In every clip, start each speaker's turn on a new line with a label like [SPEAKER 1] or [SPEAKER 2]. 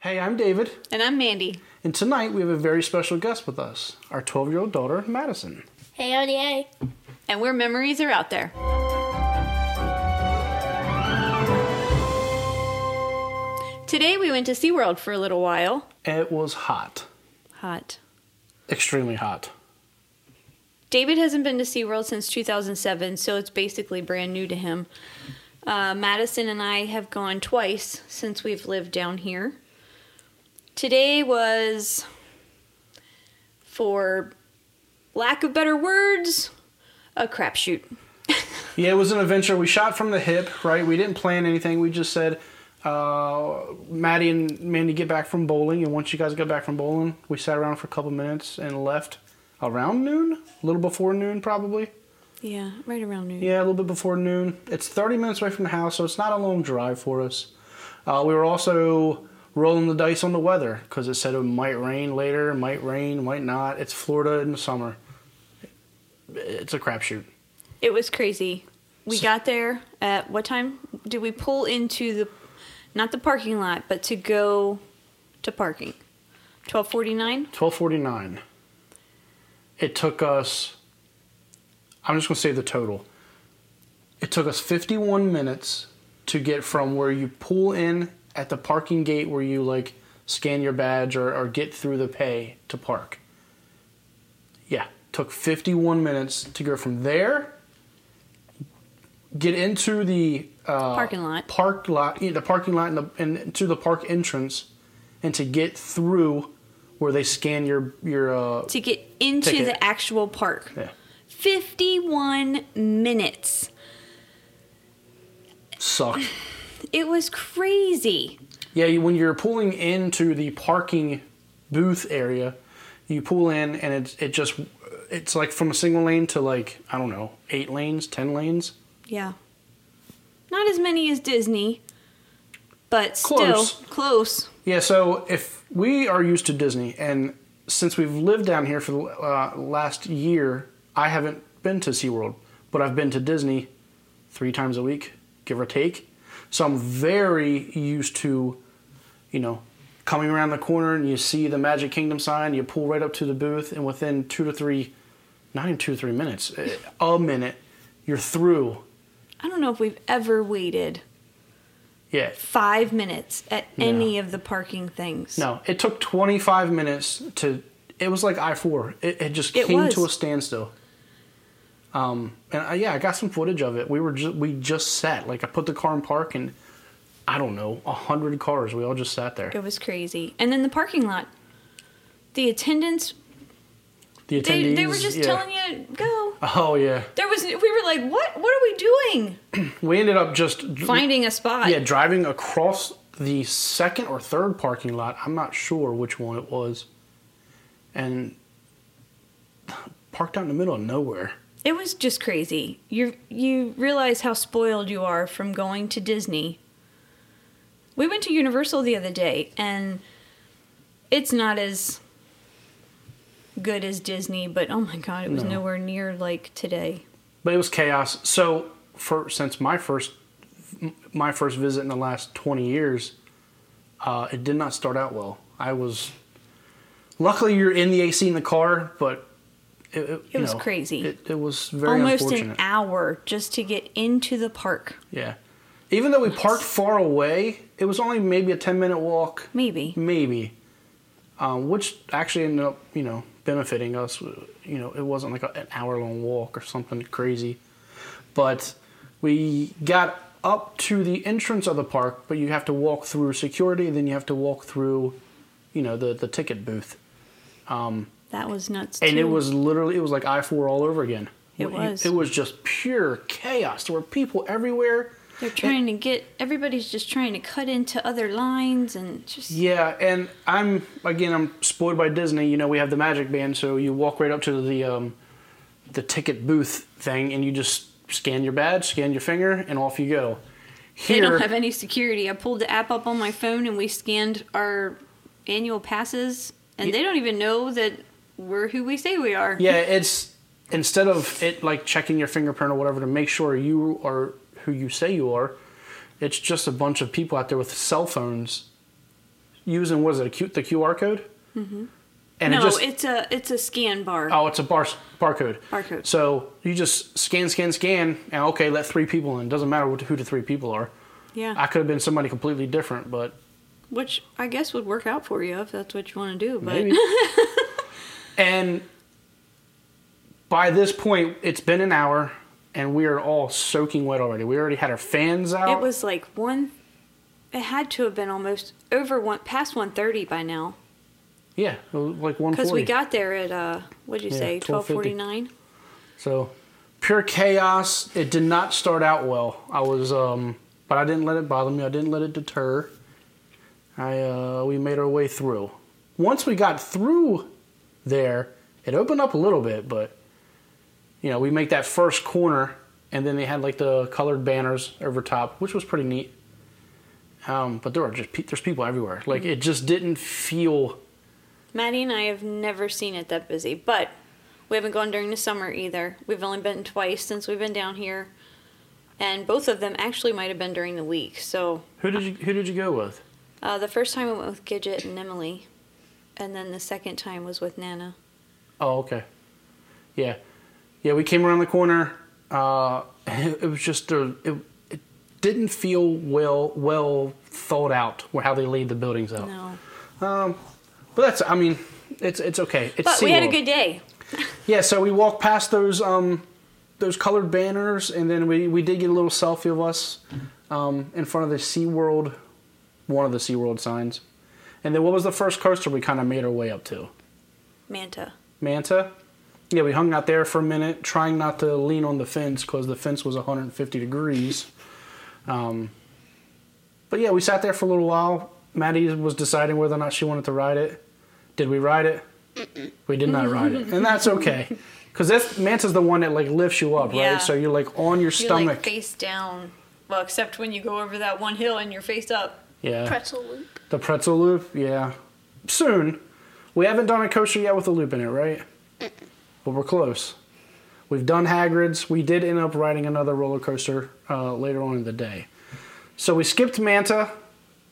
[SPEAKER 1] Hey, I'm David,
[SPEAKER 2] And I'm Mandy.
[SPEAKER 1] and tonight we have a very special guest with us our 12 year old daughter, Madison.
[SPEAKER 3] Hey, RDA.
[SPEAKER 2] And where memories are out there. Today we went to SeaWorld for a little while.
[SPEAKER 1] It was hot,
[SPEAKER 2] Hot.
[SPEAKER 1] extremely hot.
[SPEAKER 2] David hasn't been to SeaWorld since 2007, so it's basically brand new to him. Uh, Madison and I have gone twice since we've lived down here. Today was, for lack of better words, a crapshoot.
[SPEAKER 1] Yeah, it was an adventure. We shot from the hip, right? We didn't plan anything. We just said, uh, Maddie and Mandy get back from bowling, and once you guys got back from bowling, we sat around for a couple minutes and left around noon, a little before noon, probably.
[SPEAKER 2] Yeah, right around noon.
[SPEAKER 1] Yeah, a little bit before noon. It's 30 minutes away from the house, so it's not a long drive for us. Uh, we were also rolling the dice on the weather because it said it might rain later, might rain, might not. It's Florida in the summer. It's a crapshoot.
[SPEAKER 2] It was crazy. We got there at what time did we pull into the not the parking lot, but to go to parking? 12:49?
[SPEAKER 1] 1249. It took us, I'm just going to say the total. It took us 51 minutes to get from where you pull in at the parking gate where you like scan your badge or, or get through the pay to park. Yeah, took 51 minutes to go from there, get into the uh,
[SPEAKER 2] Parking lot.
[SPEAKER 1] park lot, yeah, the parking lot, and, the, and to the park entrance, and to get through where they scan your your. Uh,
[SPEAKER 2] To get into
[SPEAKER 1] Ticket.
[SPEAKER 2] the actual park.
[SPEAKER 1] yeah.
[SPEAKER 2] 51 minutes.
[SPEAKER 1] Sucked.
[SPEAKER 2] It was crazy.
[SPEAKER 1] Yeah, you, when you're pulling into the parking booth area, you pull in and it it just it's like from a single lane to like I don't know eight lanes, ten lanes.
[SPEAKER 2] Yeah. Not as many as Disney, but still
[SPEAKER 1] Close.
[SPEAKER 2] close.
[SPEAKER 1] Yeah, so if we are used to Disney, and since we've lived down here for the uh, last year, I haven't been to SeaWorld, but I've been to Disney three times a week, give or take. So I'm very used to, you know, coming around the corner and you see the Magic Kingdom sign, you pull right up to the booth, and within two to three, not even two to three minutes, eh, a minute, you're through.
[SPEAKER 2] I don't know if we've ever waited
[SPEAKER 1] Yeah,
[SPEAKER 2] 5 minutes at any of the parking things.
[SPEAKER 1] No, it took 25 minutes to. It was like I four. It, it just
[SPEAKER 2] It
[SPEAKER 1] came to a
[SPEAKER 2] was.
[SPEAKER 1] standstill. Um, and I, yeah, I got some footage of it. We were just we just sat like I put the car in park and I don't know a hundred cars. We all just sat there.
[SPEAKER 2] It was crazy. And then the parking lot. The attendants,
[SPEAKER 1] The attendees.
[SPEAKER 2] they, they were just
[SPEAKER 1] yeah.
[SPEAKER 2] telling you go.
[SPEAKER 1] Oh yeah,
[SPEAKER 2] There was we were like, "What? What are we doing?
[SPEAKER 1] we ended up just
[SPEAKER 2] Finding a spot."
[SPEAKER 1] yeah driving across the second or third parking lot. I'm not sure which one it was, and parked out in the middle of nowhere.
[SPEAKER 2] It was just crazy. You you realize how spoiled you are from going to Disney. We went to Universal the other day and it's not as good as Disney, but oh my god, it was
[SPEAKER 1] No.
[SPEAKER 2] nowhere near like today.
[SPEAKER 1] but it was chaos. So for since my first m- my first visit in the last twenty years, uh, it did not start out well. I was luckily you're in the AC in the car, but it, it, you
[SPEAKER 2] was
[SPEAKER 1] know,
[SPEAKER 2] crazy.
[SPEAKER 1] It, it was very
[SPEAKER 2] Almost an
[SPEAKER 1] unfortunate.
[SPEAKER 2] hour just to get into the park.
[SPEAKER 1] yeah, even though we parked far away, it was only maybe a ten minute walk,
[SPEAKER 2] Maybe.
[SPEAKER 1] maybe, um, which actually ended up you know benefiting us. uh, You know, it wasn't like a, an hour long walk or something crazy, but we got up to the entrance of the park. But you have to walk through security, then you have to walk through, you know, the the ticket booth,
[SPEAKER 2] That was nuts.
[SPEAKER 1] and it
[SPEAKER 2] too.
[SPEAKER 1] was literally it was like I four all over again.
[SPEAKER 2] It was.
[SPEAKER 1] It was just pure chaos. There were people everywhere.
[SPEAKER 2] They're trying to get everybody's just trying to cut into other lines and just
[SPEAKER 1] Yeah, and I'm again I'm spoiled by Disney. You know we have the Magic Band, so you walk right up to the um, the ticket booth thing, and you just scan your badge, scan your finger, and off you go.
[SPEAKER 2] they
[SPEAKER 1] Here,
[SPEAKER 2] don't have any security. I pulled the app up on my phone and we scanned our annual passes and they don't even know that we're who we say we are.
[SPEAKER 1] yeah, it's instead of it like checking your fingerprint or whatever to make sure you are who you say you are, it's just a bunch of people out there with cell phones using was it a Q, the QR code? Mm-hmm. And
[SPEAKER 2] no,
[SPEAKER 1] it just
[SPEAKER 2] it's a it's a scan bar.
[SPEAKER 1] oh, it's a bar barcode.
[SPEAKER 2] Barcode.
[SPEAKER 1] So you just scan, scan, scan, and okay, let three people in. Doesn't matter what, who the three people are.
[SPEAKER 2] yeah,
[SPEAKER 1] I could have been somebody completely different, but
[SPEAKER 2] which I guess would work out for you if that's what you want to do. But
[SPEAKER 1] Maybe. and by this point, it's been an hour, and we are all soaking wet already. We already had our fans out.
[SPEAKER 2] it was like one. It had to have been almost over one past one thirty by now
[SPEAKER 1] yeah, it was like one
[SPEAKER 2] because
[SPEAKER 1] forty.
[SPEAKER 2] we got there at uh what'd you
[SPEAKER 1] Yeah,
[SPEAKER 2] say twelve forty nine.
[SPEAKER 1] so pure chaos. It did not start out well. I was, um, but I didn't let it bother me. I didn't let it deter. I uh, we made our way through. Once we got through there, it opened up a little bit, but you know we make that first corner, and then they had like the colored banners over top, which was pretty neat. Um, but there are just pe- there's people everywhere. Like it just didn't feel
[SPEAKER 2] Maddie and I have never seen it that busy, but we haven't gone during the summer either. We've only been twice since we've been down here, and both of them actually might have been during the week. So
[SPEAKER 1] Who did you Who did you go with?
[SPEAKER 2] uh, the first time I went with Gidget and Emily, and then the second time was with Nana.
[SPEAKER 1] Oh, okay. Yeah, yeah. We came around the corner. Uh, it was just a, it, it didn't feel well well thought out wh- how they laid the buildings out.
[SPEAKER 2] No,
[SPEAKER 1] But that's I mean, it's it's okay. It's
[SPEAKER 2] but we had a
[SPEAKER 1] SeaWorld.
[SPEAKER 2] good day.
[SPEAKER 1] Yeah, so we walked past those um those colored banners and then we, we did get a little selfie of us um in front of the SeaWorld one of the SeaWorld signs. And then what was the first coaster we kind of made our way up to?
[SPEAKER 2] Manta.
[SPEAKER 1] Manta. Yeah, we hung out there for a minute, trying not to lean on the fence because the fence was 150 degrees. Um, but yeah, we sat there for a little while. Maddie was deciding whether or not she wanted to ride it. Did we ride it? We did not ride it, and that's okay, because that's Manta's the one that like lifts you up,
[SPEAKER 2] Yeah.
[SPEAKER 1] right? So you're like on your
[SPEAKER 2] You're
[SPEAKER 1] stomach.
[SPEAKER 2] like face down. Well, except when you go over that one hill and you're face up.
[SPEAKER 1] yeah,
[SPEAKER 3] pretzel loop.
[SPEAKER 1] the pretzel loop. Yeah, soon. We haven't done a kosher yet with a loop in it, right? But we're close. We've done Hagrid's. We did end up riding another roller coaster uh, later on in the day. So we skipped Manta.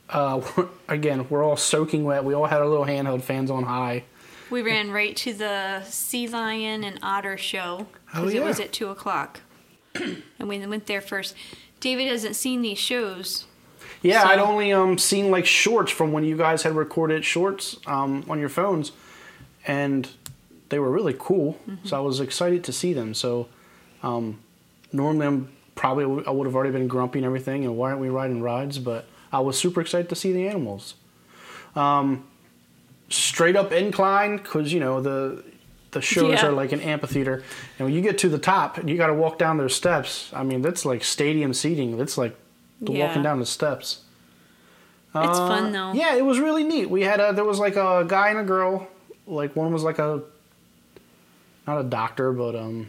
[SPEAKER 1] Uh, again, we're all soaking wet. We all had our little handheld fans on high.
[SPEAKER 2] We ran right to the sea lion and otter show
[SPEAKER 1] Oh,
[SPEAKER 2] because it was
[SPEAKER 1] yeah.
[SPEAKER 2] at two o'clock, and we went there first. David hasn't seen these shows.
[SPEAKER 1] Yeah,
[SPEAKER 2] So-
[SPEAKER 1] I'd only um, seen like shorts from when you guys had recorded shorts um, on your phones, and they were really cool.
[SPEAKER 2] Mm-hmm.
[SPEAKER 1] So I was excited to see them. So um, normally I'm probably I would have already been grumpy and everything, and why aren't we riding rides? But I was super excited to see the animals. Um, straight up incline because you know the the shows
[SPEAKER 2] Yeah.
[SPEAKER 1] are like an amphitheater, and when you get to the top, and you got to walk down those steps. I mean, that's like stadium seating. That's like the
[SPEAKER 2] Yeah.
[SPEAKER 1] walking down the steps.
[SPEAKER 2] It's fun
[SPEAKER 1] Uh,
[SPEAKER 2] though.
[SPEAKER 1] Yeah, it was really neat. We had a there was like a guy and a girl. Like one was like a not a doctor, but um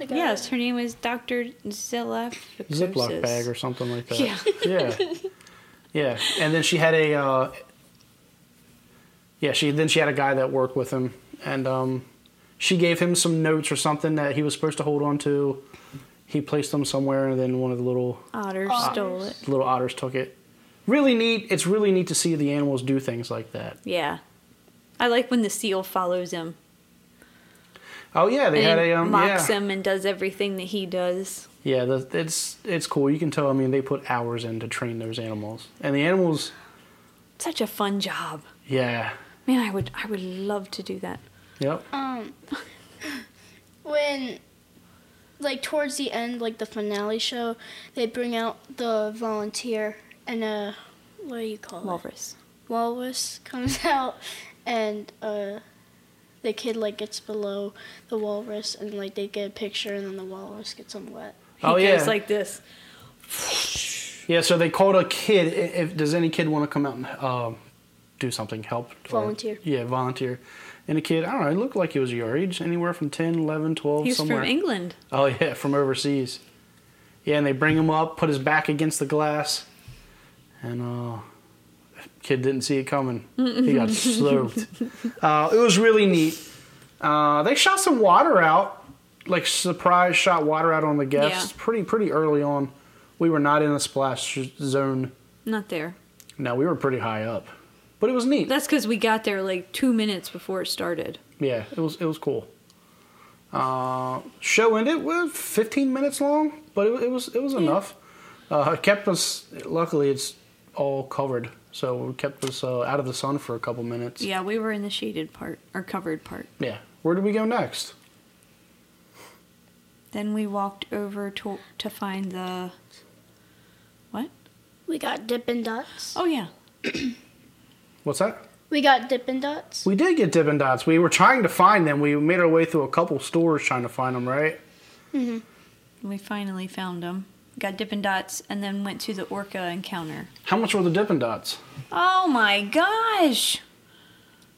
[SPEAKER 3] Like a-
[SPEAKER 2] Yes, her name was Dr. Zilla.
[SPEAKER 1] Ziploc bag or something like that.
[SPEAKER 2] Yeah.
[SPEAKER 1] yeah, yeah. And then she had a uh, yeah. She then she had a guy that worked with him, and um, she gave him some notes or something that he was supposed to hold on to. He placed them somewhere, and then one of the little
[SPEAKER 2] Otter
[SPEAKER 3] Otters.
[SPEAKER 2] stole it.
[SPEAKER 1] little otters took it. Really neat. It's really neat to see the animals do things like that.
[SPEAKER 2] Yeah. I like when the seal follows him
[SPEAKER 1] Oh yeah, they had
[SPEAKER 2] and
[SPEAKER 1] a um,
[SPEAKER 2] mocks
[SPEAKER 1] yeah.
[SPEAKER 2] him and does everything that he does.
[SPEAKER 1] Yeah, the, it's it's cool. You can tell. I mean, they put hours in to train those animals, and the animals.
[SPEAKER 2] Such a fun job.
[SPEAKER 1] Yeah.
[SPEAKER 2] Man, I would I would love to do that.
[SPEAKER 1] Yep.
[SPEAKER 3] Um, when, like, towards the end, like the finale show, they bring out the volunteer and a, what do you call it?
[SPEAKER 2] Walrus.
[SPEAKER 3] Walrus comes out, and uh, the kid like gets below the walrus, and like they get a picture, and then the walrus gets him wet.
[SPEAKER 2] He
[SPEAKER 1] oh yeah.
[SPEAKER 2] goes like this.
[SPEAKER 1] yeah. So they called a kid. i- If does any kid want to come out and um, do something, help or-
[SPEAKER 3] Volunteer.
[SPEAKER 1] yeah, volunteer. And a kid, I don't know. It looked like he was your age, anywhere from 10, 11, 12,
[SPEAKER 2] He's
[SPEAKER 1] somewhere.
[SPEAKER 2] from England.
[SPEAKER 1] Oh yeah, from overseas. Yeah, and they bring him up, put his back against the glass, and uh, kid didn't see it coming. he got sloped. Uh, it was really neat. Uh, they shot some water out, like surprise shot water out on the guests
[SPEAKER 2] Yeah.
[SPEAKER 1] pretty pretty early on. We were not in a splash zone.
[SPEAKER 2] Not there.
[SPEAKER 1] No, we were pretty high up. But it was neat.
[SPEAKER 2] That's because we got there like two minutes before it started.
[SPEAKER 1] Yeah, it was it was cool. Uh, show ended was 15 minutes long, but it, it was it was enough. Uh, it kept us. Luckily, it's all covered, so it kept us uh, out of the sun for a couple minutes.
[SPEAKER 2] Yeah, we were in the shaded part or covered part.
[SPEAKER 1] Yeah. Where did we go next?
[SPEAKER 2] Then we walked over to to find the what?
[SPEAKER 3] We got Dippin' Dots.
[SPEAKER 2] Oh yeah,
[SPEAKER 1] What's that?
[SPEAKER 3] We got Dippin' Dots.
[SPEAKER 1] We did get Dippin' Dots. We were trying to find them. We made our way through a couple stores trying to find them, right?
[SPEAKER 2] we finally found them. Got Dippin' Dots, and then went to the Orca encounter.
[SPEAKER 1] How much were the Dippin' Dots?
[SPEAKER 2] Oh my gosh,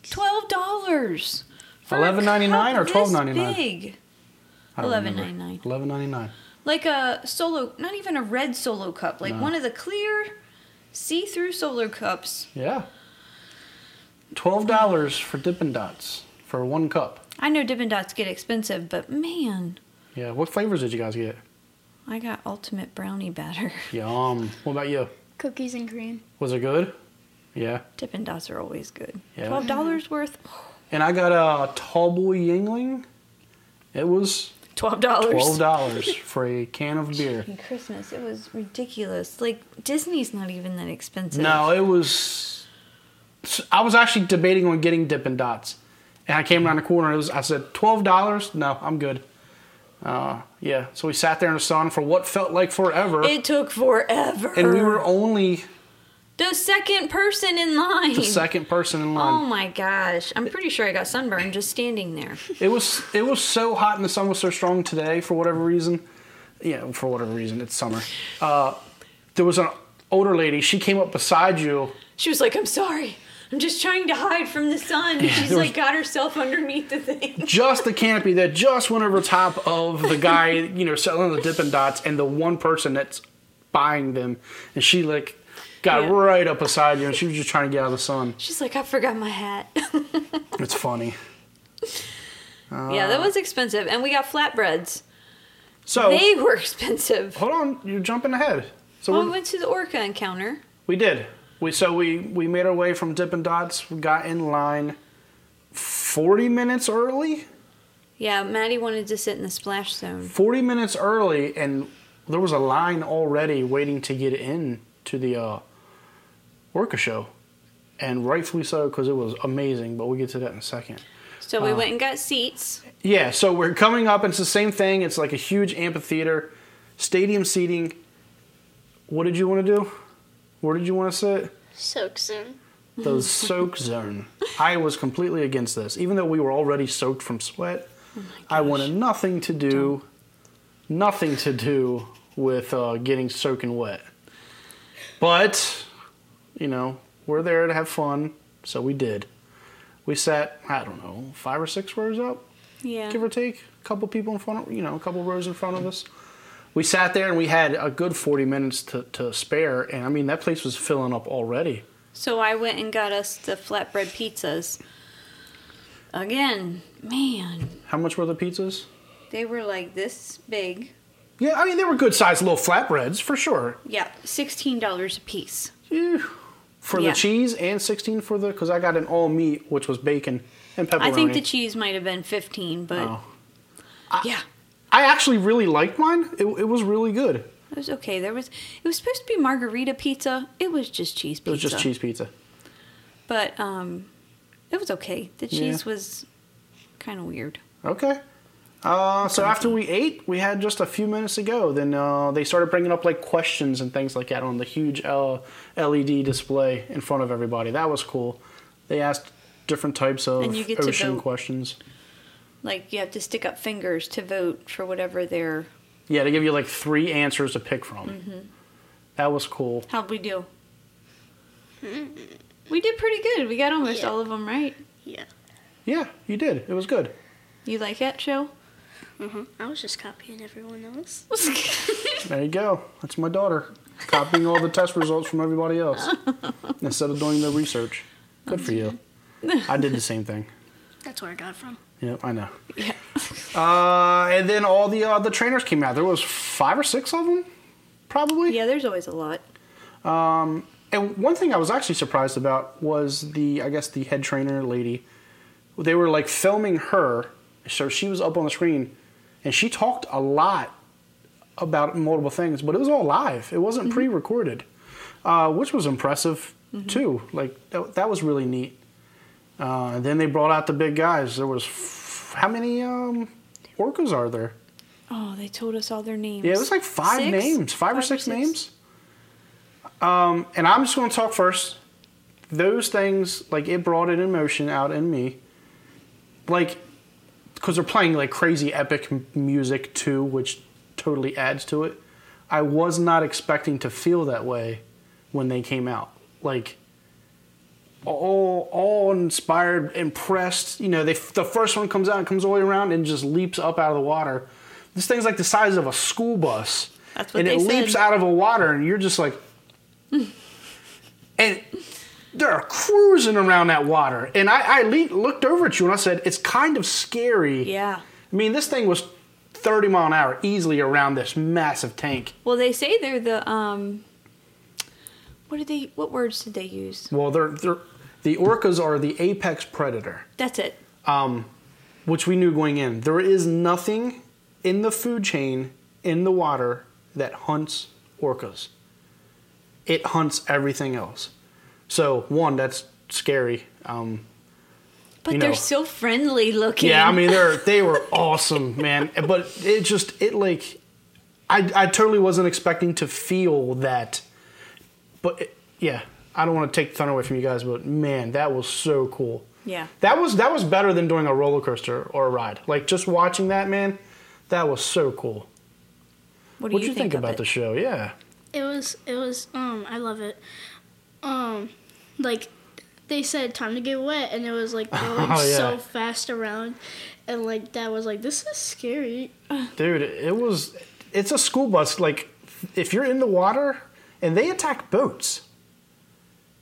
[SPEAKER 2] twelve dollars.
[SPEAKER 1] $11.99 or $12.99?
[SPEAKER 2] Big,
[SPEAKER 1] I don't
[SPEAKER 2] eleven
[SPEAKER 1] remember.
[SPEAKER 2] ninety nine.
[SPEAKER 1] $11.99.
[SPEAKER 2] Like a solo, not even a red solo cup, like
[SPEAKER 1] No.
[SPEAKER 2] one of the clear, see through solo cups.
[SPEAKER 1] Yeah. $12 for Dippin' Dots for one cup.
[SPEAKER 2] I know Dippin' Dots get expensive, but man,
[SPEAKER 1] Yeah. What flavors did you guys get?
[SPEAKER 2] I got ultimate brownie batter.
[SPEAKER 1] Yum. What about you?
[SPEAKER 3] Cookies and cream.
[SPEAKER 1] Was it good? Yeah.
[SPEAKER 2] Dippin' Dots are always good.
[SPEAKER 1] Yeah.
[SPEAKER 2] Twelve dollars worth.
[SPEAKER 1] And I got a tall boy Yingling. It was
[SPEAKER 2] Twelve dollars.
[SPEAKER 1] twelve dollars for a can of beer.
[SPEAKER 2] Christmas, it was ridiculous. Like Disney's not even that expensive.
[SPEAKER 1] No, it was. I was actually debating on getting Dippin' Dots, and I came around the corner. It was. I said twelve dollars. No, I'm good. Uh, yeah. So we sat there in the sun for what felt like forever,
[SPEAKER 2] It took forever.
[SPEAKER 1] and we were only
[SPEAKER 2] the second person in line.
[SPEAKER 1] the second person in line.
[SPEAKER 2] Oh my gosh. I'm pretty sure I got sunburned just standing there.
[SPEAKER 1] It was it was so hot and the sun was so strong today for whatever reason. Yeah, for whatever reason, it's summer. Uh, there was an older lady. She came up beside you.
[SPEAKER 2] She was like, I'm sorry. I'm just trying to hide from the sun. She's
[SPEAKER 1] there was-
[SPEAKER 2] like, got herself underneath the thing.
[SPEAKER 1] Just the canopy that just went over top of the guy, you know, selling the Dippin' Dots and the one person that's buying them. And she like got
[SPEAKER 2] Yeah.
[SPEAKER 1] right up beside you, and she was just trying to get out of the sun.
[SPEAKER 2] She's like, I forgot my hat.
[SPEAKER 1] Uh, It's funny. Uh,
[SPEAKER 2] yeah, that was expensive. And we got flatbreads.
[SPEAKER 1] So
[SPEAKER 2] They were expensive.
[SPEAKER 1] hold on, you're jumping ahead. Oh, So
[SPEAKER 2] Well,
[SPEAKER 1] we're-
[SPEAKER 2] we went to the Orca encounter.
[SPEAKER 1] We did. We so we we made our way from Dippin' Dots. We got in line forty minutes early.
[SPEAKER 2] Yeah, Maddie wanted to sit in the splash zone.
[SPEAKER 1] Forty minutes early, and there was a line already waiting to get in to the uh, Orca show, and rightfully so because it was amazing. But we'll get to that in a second.
[SPEAKER 2] So
[SPEAKER 1] Ah.
[SPEAKER 2] we went and got seats.
[SPEAKER 1] Yeah, so we're coming up. and It's the same thing. It's like a huge amphitheater, stadium seating. What did you want to do? Where did you want to sit?
[SPEAKER 3] Soaks in.
[SPEAKER 1] the soak zone. I was completely against this, even though we were already soaked from sweat. I wanted nothing to do, nothing to do with uh, getting soaking wet. But you know, we're there to have fun, so we did. We sat, I don't know, five or six rows up,
[SPEAKER 2] Yeah.
[SPEAKER 1] give or take. A couple people in front of, you know, a couple rows in front of us. We sat there and we had a good 40 minutes to, to spare, and I mean, that place was filling up already.
[SPEAKER 2] So I went and got us the flatbread pizzas. Again, man,
[SPEAKER 1] How much were the pizzas?
[SPEAKER 2] they were like this big.
[SPEAKER 1] Yeah, I mean they were good sized little flatbreads for sure.
[SPEAKER 2] Yeah, sixteen dollars a piece.
[SPEAKER 1] For
[SPEAKER 2] Yeah.
[SPEAKER 1] the cheese and sixteen for the because I got an all meat which was bacon and pepperoni.
[SPEAKER 2] I think the cheese might have been fifteen, but
[SPEAKER 1] Oh.
[SPEAKER 2] yeah,
[SPEAKER 1] I actually really liked mine. It, it was really good.
[SPEAKER 2] it was okay. There was it was supposed to be margarita pizza. It was just cheese pizza.
[SPEAKER 1] It was just cheese pizza.
[SPEAKER 2] but um, it was okay. The
[SPEAKER 1] Yeah.
[SPEAKER 2] cheese was kind of weird.
[SPEAKER 1] Okay. Uh, so after we ate, we had just a few minutes to go. Then uh, they started bringing up like questions and things like that on the huge uh, LED display in front of everybody. That was cool. They asked different types of
[SPEAKER 2] And you get to
[SPEAKER 1] ocean
[SPEAKER 2] vote.
[SPEAKER 1] questions.
[SPEAKER 2] Like you have to stick up fingers to vote for whatever their
[SPEAKER 1] Yeah, they give you like three answers to pick from. That was cool.
[SPEAKER 2] How'd we do? Mm. We did pretty good. We got almost
[SPEAKER 3] Yeah.
[SPEAKER 2] all of them right.
[SPEAKER 3] Yeah.
[SPEAKER 1] Yeah, you did. It was good.
[SPEAKER 2] You like that show?
[SPEAKER 3] I was just copying everyone else.
[SPEAKER 1] There you go. That's my daughter copying all the test results from everybody else instead of doing the research. Good for you. I did the same thing.
[SPEAKER 3] That's where I got it from.
[SPEAKER 1] Yeah, I know.
[SPEAKER 2] yeah.
[SPEAKER 1] Uh, and then all the uh, the trainers came out. There was five or six of them, probably.
[SPEAKER 2] Yeah, there's always a lot.
[SPEAKER 1] and one thing I was actually surprised about was the I guess the head trainer lady. They were like filming her, so she was up on the screen, and she talked a lot about multiple things, but it was all live. It wasn't pre-recorded, uh, which was impressive too. Like that, that was really neat. Uh, then they brought out the big guys. There was f- how many um, orcas are there?
[SPEAKER 2] Oh, they told us all their names.
[SPEAKER 1] Yeah, it was like five
[SPEAKER 2] Six?
[SPEAKER 1] names, five, or six, names. Um, and I'm just going to talk first. Those things, like it brought it in motion out in me, like because they're playing like crazy epic m- music too, which totally adds to it. I was not expecting to feel that way when they came out. Like all, all inspired, impressed. You know, they the first one comes out and comes all the way around and just leaps up out of the water. This thing's like the size of a school bus,
[SPEAKER 2] That's what
[SPEAKER 1] and
[SPEAKER 2] they
[SPEAKER 1] it leaps
[SPEAKER 2] said.
[SPEAKER 1] out of a water, and you're just like, and they're cruising around that water. And I, I le- looked over at you and I said, it's kind of scary.
[SPEAKER 2] Yeah.
[SPEAKER 1] I mean, this thing was 30 mile an hour easily around this massive tank.
[SPEAKER 2] Well, they say they're the um. What did they? What words did they use?
[SPEAKER 1] Well, they're, they're the orcas are the apex predator.
[SPEAKER 2] That's it.
[SPEAKER 1] which we knew going in. There is nothing in the food chain in the water that hunts orcas. It hunts everything else. So one, that's scary. Um,
[SPEAKER 2] But
[SPEAKER 1] You
[SPEAKER 2] they're
[SPEAKER 1] know.
[SPEAKER 2] so friendly looking.
[SPEAKER 1] yeah, I mean they're they were awesome, man. But it just it like I I totally wasn't expecting to feel that. But it, yeah, I don't want to take thunder away from you guys, but man, that was so cool.
[SPEAKER 2] Yeah.
[SPEAKER 1] That was that was better than doing a roller coaster or a ride. Like just watching that, man, that was so cool.
[SPEAKER 2] What do
[SPEAKER 1] What do
[SPEAKER 2] you,
[SPEAKER 1] you think,
[SPEAKER 2] of
[SPEAKER 1] about
[SPEAKER 2] it?
[SPEAKER 1] the show? Yeah.
[SPEAKER 3] It was it was um I love it. Um like they said time to get wet and it was like going
[SPEAKER 1] Oh, yeah.
[SPEAKER 3] so fast around and like that was like this is scary.
[SPEAKER 1] Dude, it was it's a school bus like if you're in the water and they attack boats.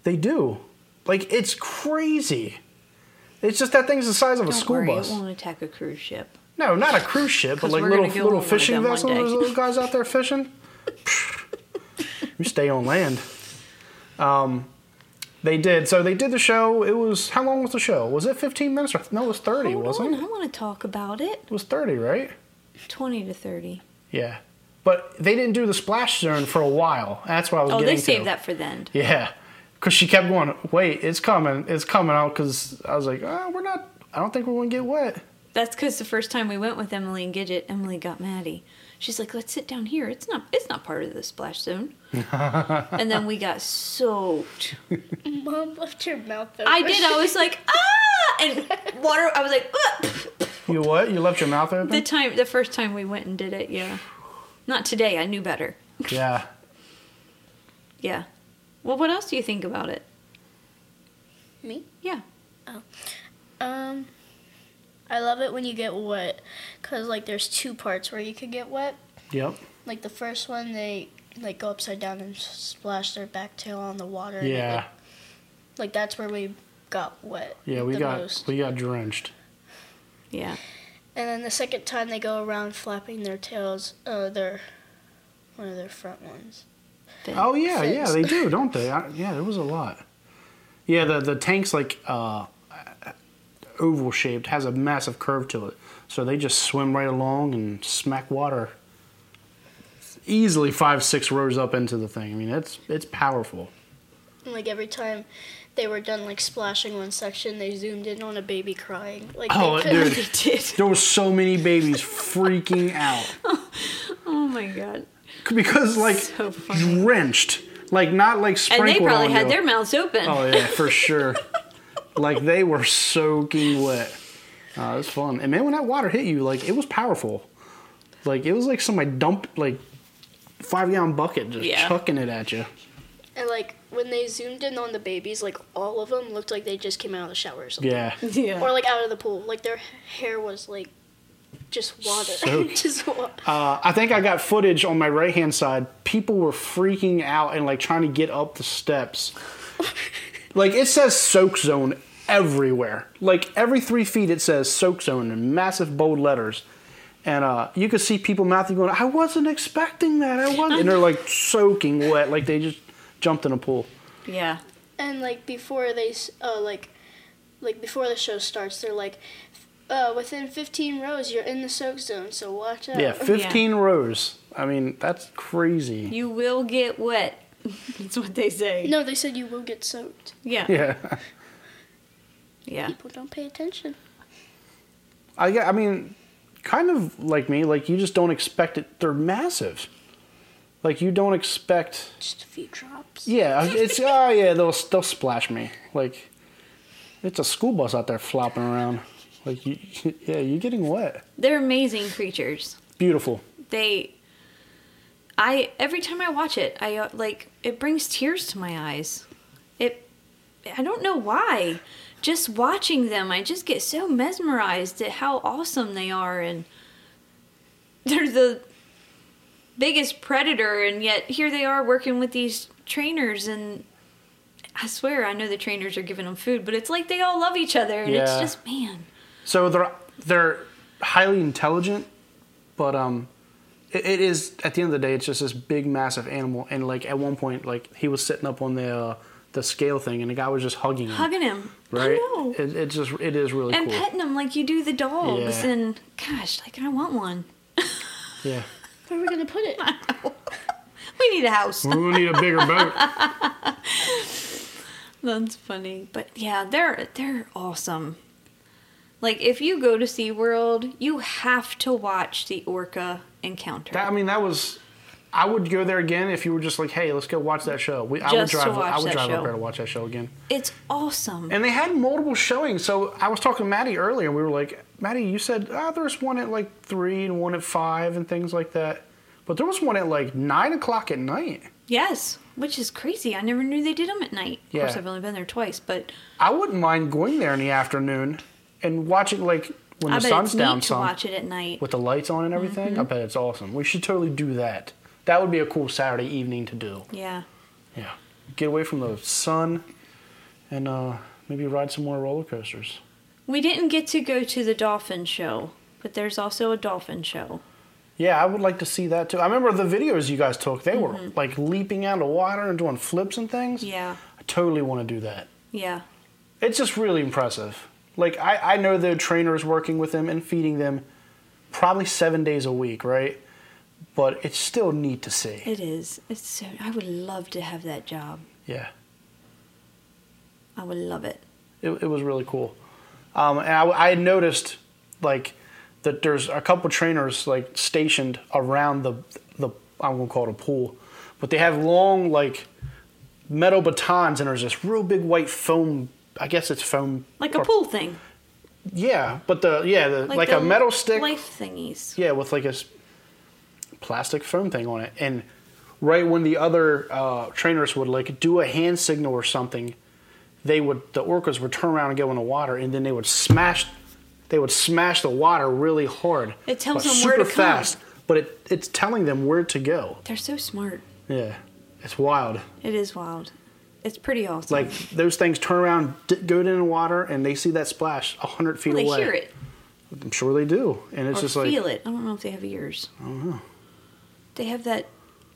[SPEAKER 1] They do. Like it's crazy. It's just that thing's the size of a
[SPEAKER 2] Don't
[SPEAKER 1] school
[SPEAKER 2] worry,
[SPEAKER 1] bus.
[SPEAKER 2] It won't attack a cruise ship.
[SPEAKER 1] No, not a cruise ship, but
[SPEAKER 2] 'Cause
[SPEAKER 1] like
[SPEAKER 2] we're
[SPEAKER 1] little
[SPEAKER 2] gonna go
[SPEAKER 1] little
[SPEAKER 2] on one of
[SPEAKER 1] fishing
[SPEAKER 2] them one
[SPEAKER 1] vessels.
[SPEAKER 2] day.
[SPEAKER 1] Those little guys out there fishing. you stay on land. Um, they did. So they did the show. It was how long was the show? Was it fifteen minutes or no? It was thirty,
[SPEAKER 2] Hold
[SPEAKER 1] wasn't
[SPEAKER 2] on,
[SPEAKER 1] it?
[SPEAKER 2] I want to talk about it.
[SPEAKER 1] It was thirty, right?
[SPEAKER 2] Twenty to thirty.
[SPEAKER 1] Yeah. But they didn't do the splash zone for a while. That's what I was
[SPEAKER 2] Oh,
[SPEAKER 1] getting
[SPEAKER 2] they saved
[SPEAKER 1] to.
[SPEAKER 2] that for then.
[SPEAKER 1] Yeah, because she kept going. Wait, it's coming. It's coming out. Because I was like, ah, we're not. I don't think we're gonna get wet.
[SPEAKER 2] That's because the first time we went with Emily and Gidget, Emily got Maddie. She's like, "Let's sit down here. It's not. It's not part of the splash zone." and then we got soaked.
[SPEAKER 3] Mom left her mouth open.
[SPEAKER 2] I did. uh, I was like, "Ah!" And water. I was like, "Ugh!"
[SPEAKER 1] You what? You left your mouth open.
[SPEAKER 2] "The time. The first time we went and did it. Yeah. Not today. I knew better.
[SPEAKER 1] yeah.
[SPEAKER 2] Yeah. Well, what else do you think about it?
[SPEAKER 3] Me?
[SPEAKER 2] Yeah.
[SPEAKER 3] Um I love it when you get wet cuz like there's two parts where you could get wet.
[SPEAKER 1] Yep.
[SPEAKER 3] Like the first one they like go upside down and splash their back tail on the water. and it,
[SPEAKER 1] Yeah.
[SPEAKER 3] like, like that's where we got wet.
[SPEAKER 1] Yeah, we
[SPEAKER 3] the
[SPEAKER 1] got
[SPEAKER 3] most.
[SPEAKER 1] we got drenched.
[SPEAKER 2] Yeah.
[SPEAKER 3] And then the second time they go around flapping their tails, uh, their one of their front ones.
[SPEAKER 2] But-
[SPEAKER 1] Oh yeah, yeah,
[SPEAKER 3] Fence.
[SPEAKER 1] they do, don't they? I, yeah, there was a lot. Yeah, the the tank's like uh, oval shaped, has a massive curve to it, so they just swim right along and smack water easily five six rows up into the thing. I mean, it's it's powerful.
[SPEAKER 3] And, like every time they were done like splashing one section, they zoomed in on a baby crying. Like
[SPEAKER 1] Oh,
[SPEAKER 3] they couldn't-
[SPEAKER 1] dude.
[SPEAKER 2] they did.
[SPEAKER 1] There were so many babies freaking out
[SPEAKER 2] Oh my god.
[SPEAKER 1] because like
[SPEAKER 2] So funny.
[SPEAKER 1] drenched, like not like
[SPEAKER 2] And
[SPEAKER 1] sprinkled.
[SPEAKER 2] they probably
[SPEAKER 1] on
[SPEAKER 2] had
[SPEAKER 1] you.
[SPEAKER 2] their mouths open.
[SPEAKER 1] Oh yeah, for sure. like they were soaking wet. Uh, it was fun, and man, when that water hit you, like it was powerful. Like it was like somebody dumped like five gallon bucket just
[SPEAKER 2] Yeah.
[SPEAKER 1] chucking it at you.
[SPEAKER 3] And like when they zoomed in on the babies, like all of them looked like they just came out of the shower or something.
[SPEAKER 1] Yeah,
[SPEAKER 2] Yeah.
[SPEAKER 3] Or like out of the pool. Like their hair was like just water.
[SPEAKER 1] Soaked.
[SPEAKER 3] just water.
[SPEAKER 1] uh, I think I got footage on my right hand side. People were freaking out and like trying to get up the steps. like it says soak zone everywhere. Like every three feet, it says soak zone in massive bold letters. And uh, you could see people mouthing going, "I wasn't expecting that. I wasn't." And they're like soaking wet, like they just jumped in a pool.
[SPEAKER 2] Yeah.
[SPEAKER 3] And like before they s- uh, like like before the show starts, they're like uh, within 15 rows you're in the soak zone, so watch out.
[SPEAKER 1] Yeah, 15 rows. I mean, that's crazy.
[SPEAKER 2] You will get wet. That's what they say.
[SPEAKER 3] No, they said you will get soaked.
[SPEAKER 2] Yeah. Yeah.
[SPEAKER 1] Yeah.
[SPEAKER 3] People don't pay attention.
[SPEAKER 1] I, yeah, I mean, kind of like me, like you just don't expect it. They're massive. Like you don't expect.
[SPEAKER 3] Just a few drops.
[SPEAKER 1] Yeah, it's oh yeah, they'll they'll splash me. Like it's a school bus out there flopping around. Like you, yeah, you're getting wet.
[SPEAKER 2] They're amazing creatures.
[SPEAKER 1] Beautiful.
[SPEAKER 2] They. I every time I watch it, I uh, like it brings tears to my eyes. It. I don't know why. Just watching them, I just get so mesmerized at how awesome they are, and they're the biggest predator, and yet here they are working with these trainers and. I swear, I know the trainers are giving them food, but it's like they all love each other, and it's
[SPEAKER 1] Yeah.
[SPEAKER 2] just man,
[SPEAKER 1] So they're they're highly intelligent, but um, it, it is at the end of the day, it's just this big, massive animal. And like at one point, like he was sitting up on the uh, the scale thing, and the guy was just hugging him.
[SPEAKER 2] hugging him.
[SPEAKER 1] right?
[SPEAKER 2] I know.
[SPEAKER 1] It, it's just it is really
[SPEAKER 2] and
[SPEAKER 1] cool.
[SPEAKER 2] petting them like you do the dogs
[SPEAKER 1] Yeah.
[SPEAKER 2] and gosh like i want one
[SPEAKER 1] yeah,
[SPEAKER 3] Where are we gonna put it?
[SPEAKER 2] we need a house
[SPEAKER 1] we need a bigger boat.
[SPEAKER 2] that's funny but yeah they're they're awesome like if you go to SeaWorld, you have to watch the orca encounter
[SPEAKER 1] That, I mean, that was. I would go there again if you were just like, "Hey, let's go watch that show." We, I would
[SPEAKER 2] Just to
[SPEAKER 1] drive.
[SPEAKER 2] watch
[SPEAKER 1] I would
[SPEAKER 2] that
[SPEAKER 1] drive
[SPEAKER 2] show.
[SPEAKER 1] up there to watch that show again.
[SPEAKER 2] it's awesome
[SPEAKER 1] And they had multiple showings. So I was talking to Maddie earlier, and we were like, Maddie, you said ah, there's one at like three and one at five and things like that. But there was one at like nine o'clock at night.
[SPEAKER 2] yes which is crazy i never knew they did them at night of course
[SPEAKER 1] Yeah.
[SPEAKER 2] i've only been there twice but
[SPEAKER 1] I wouldn't mind going there in the afternoon and watching like when
[SPEAKER 2] i
[SPEAKER 1] the
[SPEAKER 2] bet
[SPEAKER 1] sun's
[SPEAKER 2] it's
[SPEAKER 1] down
[SPEAKER 2] neat
[SPEAKER 1] some
[SPEAKER 2] to watch it at night
[SPEAKER 1] with the lights on and everything. I bet it's awesome. We should totally do that. That would be a cool Saturday evening to do.
[SPEAKER 2] yeah
[SPEAKER 1] Yeah. Get away from the sun and uh, maybe ride some more roller coasters.
[SPEAKER 2] we didn't get to go to the dolphin show but there's also a dolphin show
[SPEAKER 1] Yeah, I would like to see that too. I remember the videos you guys took. They were like leaping out of water and doing flips and things.
[SPEAKER 2] yeah
[SPEAKER 1] I totally want to do that.
[SPEAKER 2] yeah
[SPEAKER 1] It's just really impressive. Like I, I know the trainers working with them and feeding them probably seven days a week, right? But it's still neat to see.
[SPEAKER 2] It is. It's so. I would love to have that job.
[SPEAKER 1] Yeah.
[SPEAKER 2] I would love it.
[SPEAKER 1] it, it was really cool. Um, and I, I had noticed like that there's a couple trainers like stationed around the the I'm gonna call it a pool, but they have long like metal batons and there's this real big white foam. I guess it's foam.
[SPEAKER 2] Like a
[SPEAKER 1] or-
[SPEAKER 2] pool thing.
[SPEAKER 1] Yeah, but the yeah the like, a
[SPEAKER 2] the
[SPEAKER 1] metal stick.
[SPEAKER 2] Life thingies.
[SPEAKER 1] Yeah, with like a s- plastic foam thing on it. And right when the other uh, trainers would like do a hand signal or something, they would the orcas would turn around and go in the water, and then they would smash. They would smash the water really hard.
[SPEAKER 2] It tells
[SPEAKER 1] but
[SPEAKER 2] them where to
[SPEAKER 1] super
[SPEAKER 2] come.
[SPEAKER 1] fast, but it, it's telling them where to go.
[SPEAKER 2] They're so smart.
[SPEAKER 1] Yeah, it's wild.
[SPEAKER 2] It is wild. It's pretty awesome.
[SPEAKER 1] Like those things turn around, d- go in the water, and they see that splash a hundred feet
[SPEAKER 2] Well, they
[SPEAKER 1] away.
[SPEAKER 2] hear it
[SPEAKER 1] I'm sure they do, and it's
[SPEAKER 2] or
[SPEAKER 1] just
[SPEAKER 2] feel
[SPEAKER 1] like
[SPEAKER 2] it. I don't know if they have ears. I don't know. They have that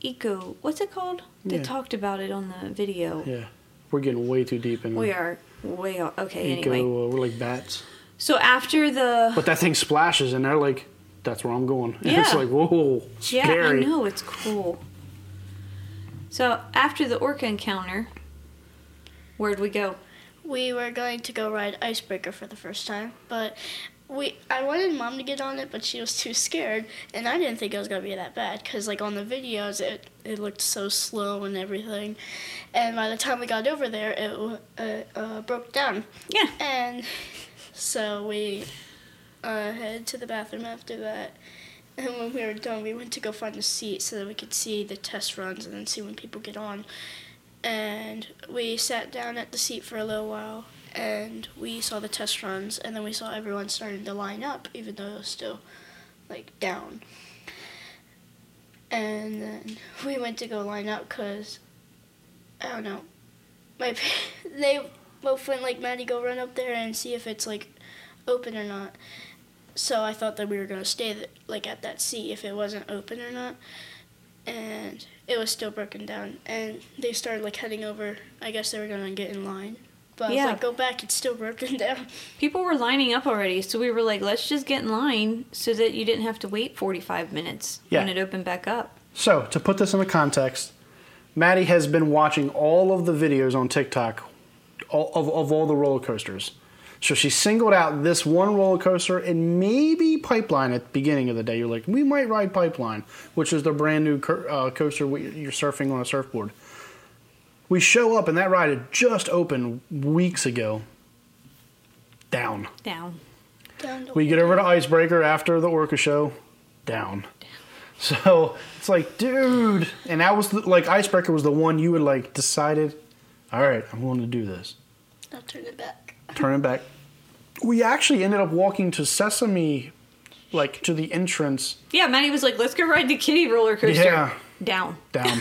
[SPEAKER 2] eco. What's it called? They
[SPEAKER 1] Yeah.
[SPEAKER 2] talked about it on the video.
[SPEAKER 1] yeah, we're getting way too deep in.
[SPEAKER 2] We are way off. Okay.
[SPEAKER 1] eco,
[SPEAKER 2] Anyway,
[SPEAKER 1] uh, we're like bats.
[SPEAKER 2] so after the
[SPEAKER 1] But that thing splashes, and they're like, "That's where I'm going." And it's
[SPEAKER 2] Yeah.
[SPEAKER 1] like, "Whoa,
[SPEAKER 2] yeah,
[SPEAKER 1] scary!"
[SPEAKER 2] I know it's cool. So after the orca encounter, where'd we go?
[SPEAKER 3] We were going to go ride Icebreaker for the first time, but we I wanted mom to get on it, but she was too scared, and I didn't think it was gonna be that bad because like on the videos it it looked so slow and everything, and by the time we got over there it w- uh, uh, broke down,
[SPEAKER 2] Yeah.
[SPEAKER 3] and so we uh, headed to the bathroom after that. And when we were done, we went to go find a seat so that we could see the test runs and then see when people get on. And we sat down at the seat for a little while and we saw the test runs and then we saw everyone starting to line up even though it was still like down. And then we went to go line up because I don't know. My pa- they both went like Maddie go run up there and see if it's like open or not. So I thought that we were gonna stay th- like at that seat if it wasn't open or not. and it was still broken down. And they started like heading over. I guess they were gonna get in line, but I
[SPEAKER 2] Yeah.
[SPEAKER 3] was like, go back. It's still broken down.
[SPEAKER 2] People were lining up already, so we were like, let's just get in line so that you didn't have to wait 45 minutes when
[SPEAKER 1] Yeah.
[SPEAKER 2] it opened back up.
[SPEAKER 1] So, to put this into context, Maddie has been watching all of the videos on TikTok all, of, of all the roller coasters. So she singled out this one roller coaster and maybe Pipeline at the beginning of the day. You're like, we might ride Pipeline, which is the brand new cur- uh, coaster where you're surfing on a surfboard. We show up and that ride had just opened weeks ago. Down.
[SPEAKER 2] Down.
[SPEAKER 3] down to
[SPEAKER 1] We get over to Icebreaker after the Orca show, down. So it's like, dude, and that was the, like Icebreaker was the one you had like decided, all right, I'm going to do this.
[SPEAKER 3] I'll turn it back.
[SPEAKER 1] Turn it back. We actually ended up walking to Sesame, like to the entrance
[SPEAKER 2] Yeah, Maddie was like, let's go ride the kitty roller coaster.
[SPEAKER 1] Yeah.
[SPEAKER 2] Down.
[SPEAKER 1] down.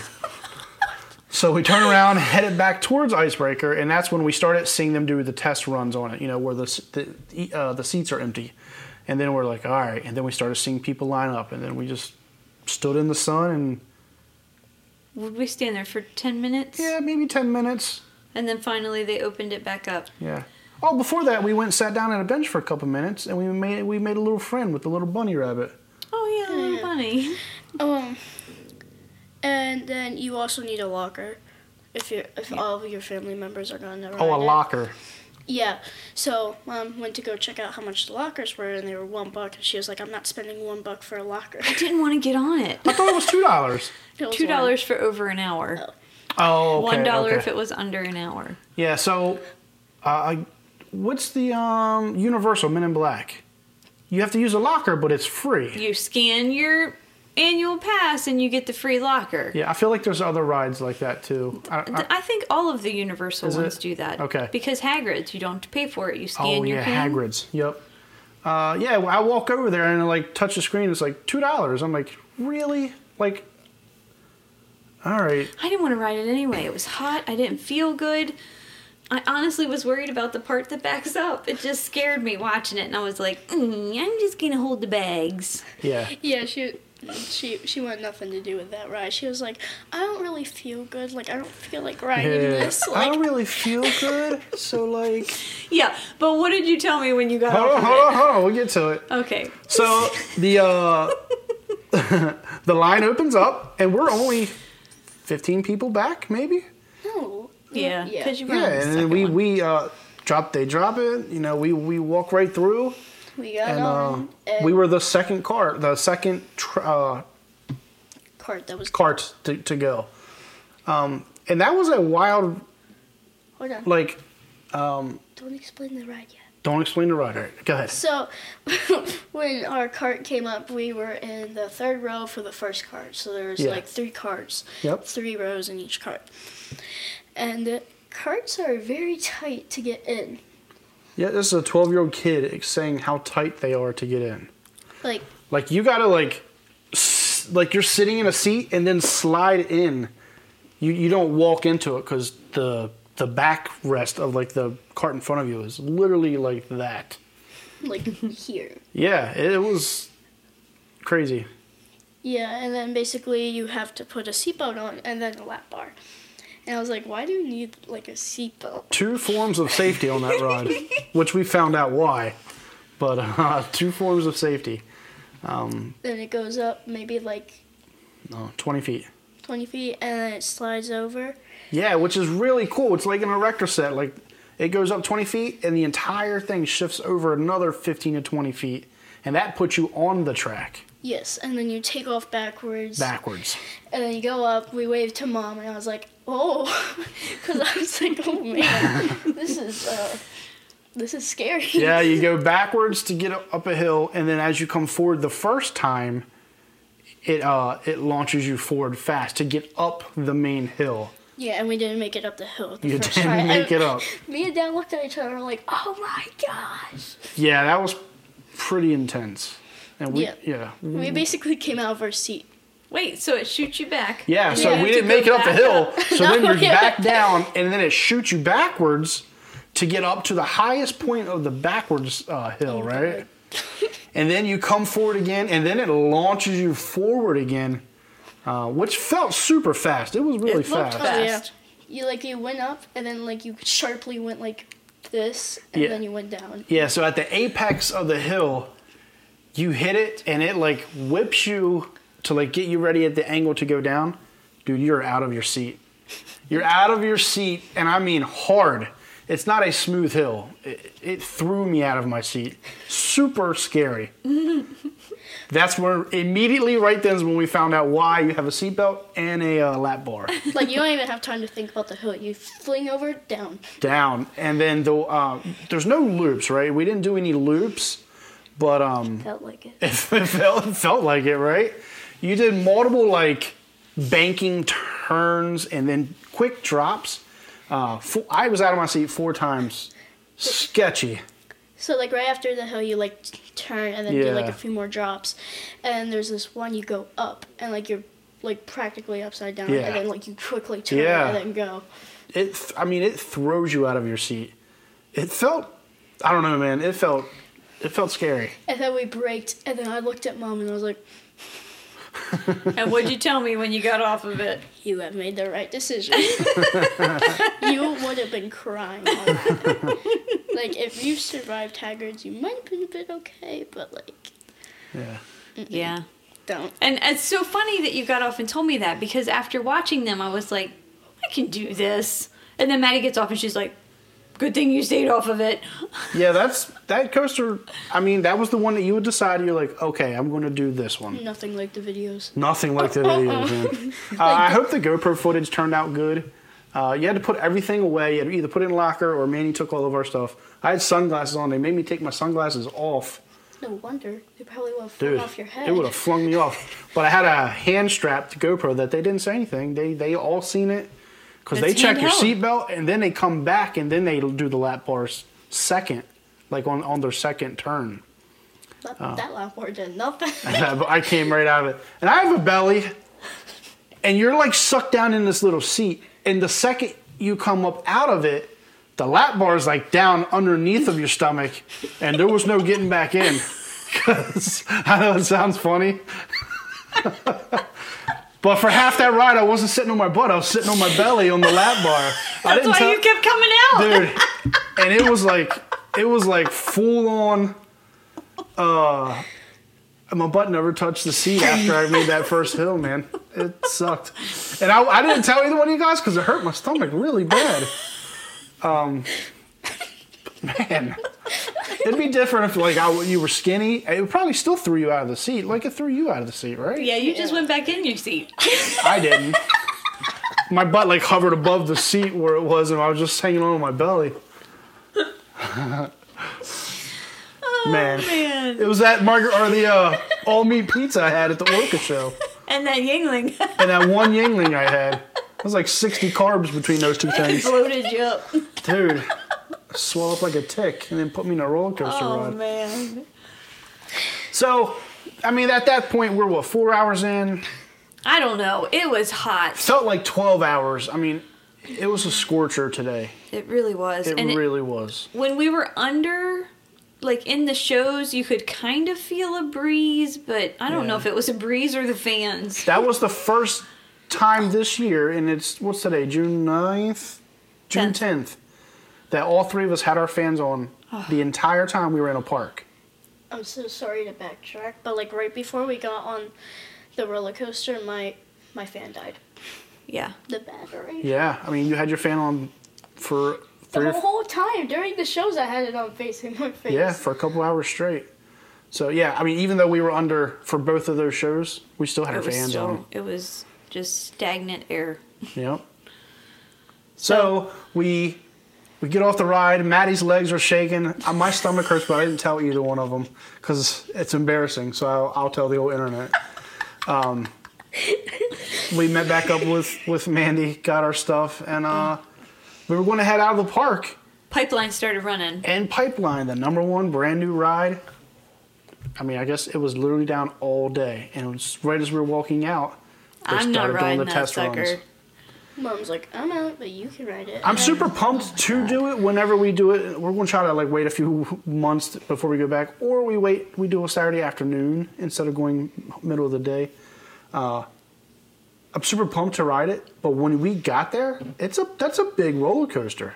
[SPEAKER 1] so we turn around, headed back towards Icebreaker, and that's when we started seeing them do the test runs on it. You know, where the s- the e- uh, the seats are empty, and then we're like, all right. And then we started seeing people line up, and then we just stood in the sun and
[SPEAKER 2] Would we stand there for 10 minutes?
[SPEAKER 1] yeah, maybe ten minutes.
[SPEAKER 2] And then finally they opened it back up.
[SPEAKER 1] Yeah. Oh, before that, we went and sat down at a bench for a couple minutes, and we made we made a little friend with the little bunny rabbit.
[SPEAKER 2] Oh, yeah, little bunny.
[SPEAKER 3] Um, and then you also need a locker if you if all of your family members are gonna.
[SPEAKER 1] Oh, a
[SPEAKER 3] ride it.
[SPEAKER 1] locker.
[SPEAKER 3] Yeah. So mom went to go check out how much the lockers were, and they were one buck. And she was like, "I'm not spending one buck for a locker."
[SPEAKER 2] I didn't want to get on it.
[SPEAKER 1] I thought it was two dollars.
[SPEAKER 3] It was
[SPEAKER 2] Two
[SPEAKER 3] one.
[SPEAKER 2] dollars for over an hour.
[SPEAKER 1] Oh, okay,
[SPEAKER 2] One dollar
[SPEAKER 1] okay.
[SPEAKER 2] if it was under an hour.
[SPEAKER 1] Yeah. So, uh, I- what's the um, Universal Men in Black? You have to use a locker, but it's free.
[SPEAKER 2] You scan your annual pass and you get the free locker.
[SPEAKER 1] Yeah, I feel like there's other rides like that too. I,
[SPEAKER 2] Th-
[SPEAKER 1] I,
[SPEAKER 2] I think all of the Universal
[SPEAKER 1] Uh, Is it?
[SPEAKER 2] ones do that.
[SPEAKER 1] Okay.
[SPEAKER 2] Because Hagrid's, you don't have to pay for it. You scan
[SPEAKER 1] oh
[SPEAKER 2] your
[SPEAKER 1] yeah,
[SPEAKER 2] hand.
[SPEAKER 1] Hagrid's. Yep. Uh, yeah, well, I walk over there and I, like touch the screen. It's like two dollars. I'm like, really? Like, all right.
[SPEAKER 2] I didn't want to ride it anyway. It was hot. I didn't feel good. I honestly was worried about the part that backs up. It just scared me watching it, and I was like, mm, "I'm just gonna hold the bags."
[SPEAKER 1] Yeah.
[SPEAKER 3] Yeah, she she she wanted nothing to do with that ride. She was like, I don't really feel good. Like I don't feel like riding
[SPEAKER 1] Yeah.
[SPEAKER 3] this.
[SPEAKER 1] I
[SPEAKER 3] Like
[SPEAKER 1] don't really feel good, so like.
[SPEAKER 2] Yeah, but what did you tell me when you got
[SPEAKER 1] Hold on,
[SPEAKER 2] off?
[SPEAKER 1] hold on, hold on. We'll get to it.
[SPEAKER 2] Okay,
[SPEAKER 1] So the uh, the line opens up, and we're only fifteen people back, maybe.
[SPEAKER 3] no.
[SPEAKER 2] yeah,
[SPEAKER 3] Yeah.
[SPEAKER 2] because you were
[SPEAKER 1] Yeah,
[SPEAKER 2] on the
[SPEAKER 1] and
[SPEAKER 2] second
[SPEAKER 1] then we
[SPEAKER 2] one.
[SPEAKER 1] we uh, drop they drop it. You know, we we walk right through,
[SPEAKER 3] We got
[SPEAKER 1] and, uh,
[SPEAKER 3] on a
[SPEAKER 1] we were the second car, the second tr- uh,
[SPEAKER 3] cart that was
[SPEAKER 1] cart to, to go, um, and that was a wild
[SPEAKER 3] hold on.
[SPEAKER 1] like.
[SPEAKER 3] Don't explain the ride yet.
[SPEAKER 1] Don't explain the rider. Go ahead.
[SPEAKER 3] So when our cart came up, we were in the third row for the first cart. So there was
[SPEAKER 1] Yeah.
[SPEAKER 3] like three carts.
[SPEAKER 1] Yep.
[SPEAKER 3] Three rows in each cart. And the carts are very tight to get in.
[SPEAKER 1] Yeah, this is a twelve-year-old kid saying how tight they are to get in.
[SPEAKER 3] Like
[SPEAKER 1] Like you gotta like, s- like you're sitting in a seat and then slide in. You you don't walk into it because the the backrest of like the cart in front of you is literally like that.
[SPEAKER 3] like here.
[SPEAKER 1] Yeah, it was crazy.
[SPEAKER 3] Yeah, and then basically you have to put a seatbelt on and then a lap bar. And I was like, why do you need like a seatbelt?
[SPEAKER 1] Two forms of safety on that ride, which we found out why. But uh, two forms of safety.
[SPEAKER 3] Then it goes up maybe like
[SPEAKER 1] No, Oh, twenty feet.
[SPEAKER 3] 20 feet and then it slides over.
[SPEAKER 1] Yeah, which is really cool. It's like an erector set. Like it goes up 20 feet, and the entire thing shifts over another 15 to 20 feet, and that puts you on the track
[SPEAKER 3] Yes, and then you take off backwards.
[SPEAKER 1] backwards.
[SPEAKER 3] And then you go up. We waved to mom and I was like, oh. Because I was like, oh man, this is, uh, this is scary.
[SPEAKER 1] yeah, you go backwards to get up a hill, and then as you come forward the first time, it uh it launches you forward fast to get up the main hill.
[SPEAKER 3] Yeah, and we didn't make it up the hill. The
[SPEAKER 1] You
[SPEAKER 3] first
[SPEAKER 1] didn't
[SPEAKER 3] try.
[SPEAKER 1] make
[SPEAKER 3] And
[SPEAKER 1] it up.
[SPEAKER 3] Me and dad looked at each other and were like, oh my gosh.
[SPEAKER 1] Yeah, that was pretty intense. And we
[SPEAKER 3] Yeah.
[SPEAKER 1] yeah.
[SPEAKER 3] We basically came out of our seat.
[SPEAKER 2] Wait, so it shoots you back?
[SPEAKER 1] Yeah,
[SPEAKER 2] And
[SPEAKER 1] so
[SPEAKER 2] you have
[SPEAKER 1] we
[SPEAKER 2] to
[SPEAKER 1] didn't
[SPEAKER 2] go
[SPEAKER 1] make it up the
[SPEAKER 2] back
[SPEAKER 1] hill.
[SPEAKER 2] up.
[SPEAKER 1] So then
[SPEAKER 3] No,
[SPEAKER 1] you're
[SPEAKER 3] yeah.
[SPEAKER 1] back down, and then it shoots you backwards to get up to the highest point of the backwards uh, hill,
[SPEAKER 2] Oh,
[SPEAKER 1] right? And then you come forward again, and then it launches you forward again. uh, which felt super fast. It was really
[SPEAKER 2] It looked
[SPEAKER 1] fast.
[SPEAKER 2] fast.
[SPEAKER 3] Oh, You like you went up and then like you sharply went like this and
[SPEAKER 1] Yeah.
[SPEAKER 3] then you went down.
[SPEAKER 1] Yeah, so at the apex of the hill, you hit it and it like whips you to like get you ready at the angle to go down. Dude, you're out of your seat. You're out of your seat, and I mean hard. It's not a smooth hill. It, it threw me out of my seat. Super scary. That's where immediately right then is when we found out why you have a seatbelt and a uh, lap bar.
[SPEAKER 3] like you don't even have time to think about the hill. You fling over down.
[SPEAKER 1] down, and then the uh, there's no loops, right? We didn't do any loops, but um,
[SPEAKER 3] Felt like it.
[SPEAKER 1] it felt it felt like it, right? You did multiple like banking turns and then quick drops. Uh, fo I was out of my seat four times. Sketchy.
[SPEAKER 3] So like right after the hill, you like t- turn and then do like
[SPEAKER 1] Yeah.
[SPEAKER 3] a few more drops, and there's this one you go up and like you're like practically upside down,
[SPEAKER 1] Yeah.
[SPEAKER 3] and then like you quickly turn
[SPEAKER 1] Yeah.
[SPEAKER 3] and then go.
[SPEAKER 1] It. th- I mean, it throws you out of your seat. It felt. I don't know, man. It felt. It felt scary.
[SPEAKER 3] And then we braked, and then I looked at mom and I was like,
[SPEAKER 2] and what'd you tell me when you got off of it?
[SPEAKER 3] "You have made the right decision." you would have been crying. on that. like if you survived Haggard's, you might have been a bit okay, but like
[SPEAKER 1] Yeah.
[SPEAKER 2] Yeah.
[SPEAKER 3] don't.
[SPEAKER 2] And it's so funny that you got off and told me that because after watching them, I was like, I can do this. And then Maddie gets off and she's like, Good thing you stayed off of it.
[SPEAKER 1] Yeah. That's that coaster. I mean, that was the one that you would decide. You're like, okay, I'm going to do this one.
[SPEAKER 3] Nothing like the videos.
[SPEAKER 1] Nothing like the videos, man. Uh, I hope the GoPro footage turned out good. Uh, you had to put everything away. You had to either put it in a locker or Manny took all of our stuff. I had sunglasses on. They made me take my sunglasses off.
[SPEAKER 3] No wonder they probably would have flown
[SPEAKER 1] Dude,
[SPEAKER 3] off your head.
[SPEAKER 1] it would have flung me off. But I had a hand strap to GoPro that they didn't say anything. They they all seen it because they
[SPEAKER 2] It's
[SPEAKER 1] check your
[SPEAKER 2] handheld.
[SPEAKER 1] seatbelt and then they come back and then they do the lap bars second, like on, on their second turn.
[SPEAKER 3] That, that lapboard did nothing.
[SPEAKER 1] And Oh. I, I came right out of it. And I have a belly, and you're like sucked down in this little seat. And the second you come up out of it, the lap bar is like down underneath of your stomach, and there was no getting back in. Because I know it sounds funny. But for half that ride, I wasn't sitting on my butt. I was sitting on my belly on the lap bar. I
[SPEAKER 2] That's why
[SPEAKER 1] tell-
[SPEAKER 2] you kept coming out.
[SPEAKER 1] dude. And it was like it was like full on. Uh, my butt never touched the seat after I made that first hill, man. It sucked, and I, I didn't tell either one of you guys because it hurt my stomach really bad. Um, man, it'd be different if like I, you were skinny. It would probably still threw you out of the seat, like it threw you out of the seat, right?
[SPEAKER 2] Yeah, you just went back in your seat.
[SPEAKER 1] I didn't. my butt like hovered above the seat where it was, and I was just hanging on my belly.
[SPEAKER 2] Oh,
[SPEAKER 1] Man.
[SPEAKER 2] man.
[SPEAKER 1] It was that Margaret or the uh, all meat pizza I had at the Orca show,
[SPEAKER 2] And that Yingling
[SPEAKER 1] and that one Yingling I had. It was like 60 carbs between those two things,
[SPEAKER 2] bloated you up.
[SPEAKER 1] dude. Swell up like a tick, and then put me in a roller coaster
[SPEAKER 2] Oh,
[SPEAKER 1] ride.
[SPEAKER 2] man.
[SPEAKER 1] So, I mean, at that point, we're what four hours in?
[SPEAKER 2] I don't know. It was hot.
[SPEAKER 1] Felt like 12 hours. I mean, it was a scorcher today.
[SPEAKER 2] It really was.
[SPEAKER 1] It
[SPEAKER 2] and it-
[SPEAKER 1] really was.
[SPEAKER 2] when we were under like in the shows you could kind of feel a breeze but i don't know
[SPEAKER 1] Yeah.
[SPEAKER 2] if it was a breeze or the fans
[SPEAKER 1] That was the first time this year, and it's what's today, June 9th? June
[SPEAKER 2] Tenth.
[SPEAKER 1] 10th, that all three of us had our fans on the entire time we were in a park.
[SPEAKER 3] I'm so sorry to backtrack, but like right before we got on the roller coaster, my my fan died.
[SPEAKER 2] yeah
[SPEAKER 3] The battery.
[SPEAKER 1] Yeah, I mean, you had your fan on for
[SPEAKER 3] The
[SPEAKER 1] three, or,
[SPEAKER 3] whole time during the shows, I had it on facing my face.
[SPEAKER 1] yeah, for a couple hours straight. So yeah, I mean, even though we were under for both of those shows, we still had our
[SPEAKER 2] it was
[SPEAKER 1] fans
[SPEAKER 2] still
[SPEAKER 1] on.
[SPEAKER 2] it was just stagnant air
[SPEAKER 1] Yep. So we we get off the ride. Maddie's legs are shaking. Uh, My stomach hurts, but I didn't tell either one of them because it's embarrassing. So I'll, I'll tell the old internet. Um, we met back up with with Mandy, got our stuff, and uh, we were going to head out of the park.
[SPEAKER 2] pipeline started running
[SPEAKER 1] and Pipeline, the number one brand new ride. I mean, I guess it was literally down all day, and it was right as we were walking out, they
[SPEAKER 2] i'm not
[SPEAKER 1] started doing
[SPEAKER 2] riding
[SPEAKER 1] the
[SPEAKER 2] that
[SPEAKER 1] test
[SPEAKER 2] sucker
[SPEAKER 1] runs.
[SPEAKER 3] Mom's like, I'm out, but you can ride it.
[SPEAKER 1] I'm super pumped to do it. Whenever we do it, we're going to try to like wait a few months before we go back, or we wait. We do a Saturday afternoon instead of going middle of the day. Uh, I'm super pumped to ride it, but when we got there, it's a that's a big roller coaster.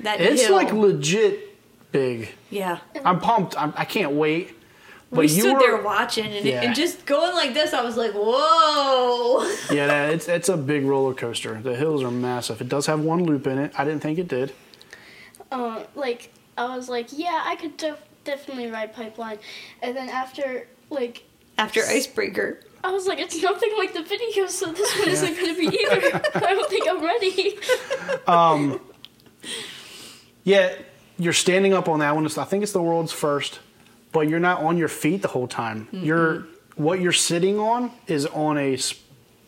[SPEAKER 2] That
[SPEAKER 1] It's
[SPEAKER 2] hill.
[SPEAKER 1] like legit big.
[SPEAKER 2] yeah.
[SPEAKER 1] I'm pumped. I'm, I can't wait. But
[SPEAKER 2] we
[SPEAKER 1] you
[SPEAKER 2] stood
[SPEAKER 1] were,
[SPEAKER 2] there watching and,
[SPEAKER 1] Yeah.
[SPEAKER 2] and just going like this. I was like, whoa.
[SPEAKER 1] yeah, that- it's it's a big roller coaster. The hills are massive. It does have one loop in it. I didn't think it did.
[SPEAKER 3] um, like I was like, yeah, I could def- definitely ride Pipeline, and then after like
[SPEAKER 2] After Icebreaker.
[SPEAKER 3] I was like, it's nothing like the video, so this one isn't gonna be either. I don't think I'm ready.
[SPEAKER 1] Yeah, you're standing up on that one. It's, I think it's the world's first, but you're not on your feet the whole time.
[SPEAKER 2] Mm-hmm.
[SPEAKER 1] You're what you're sitting on is on a s-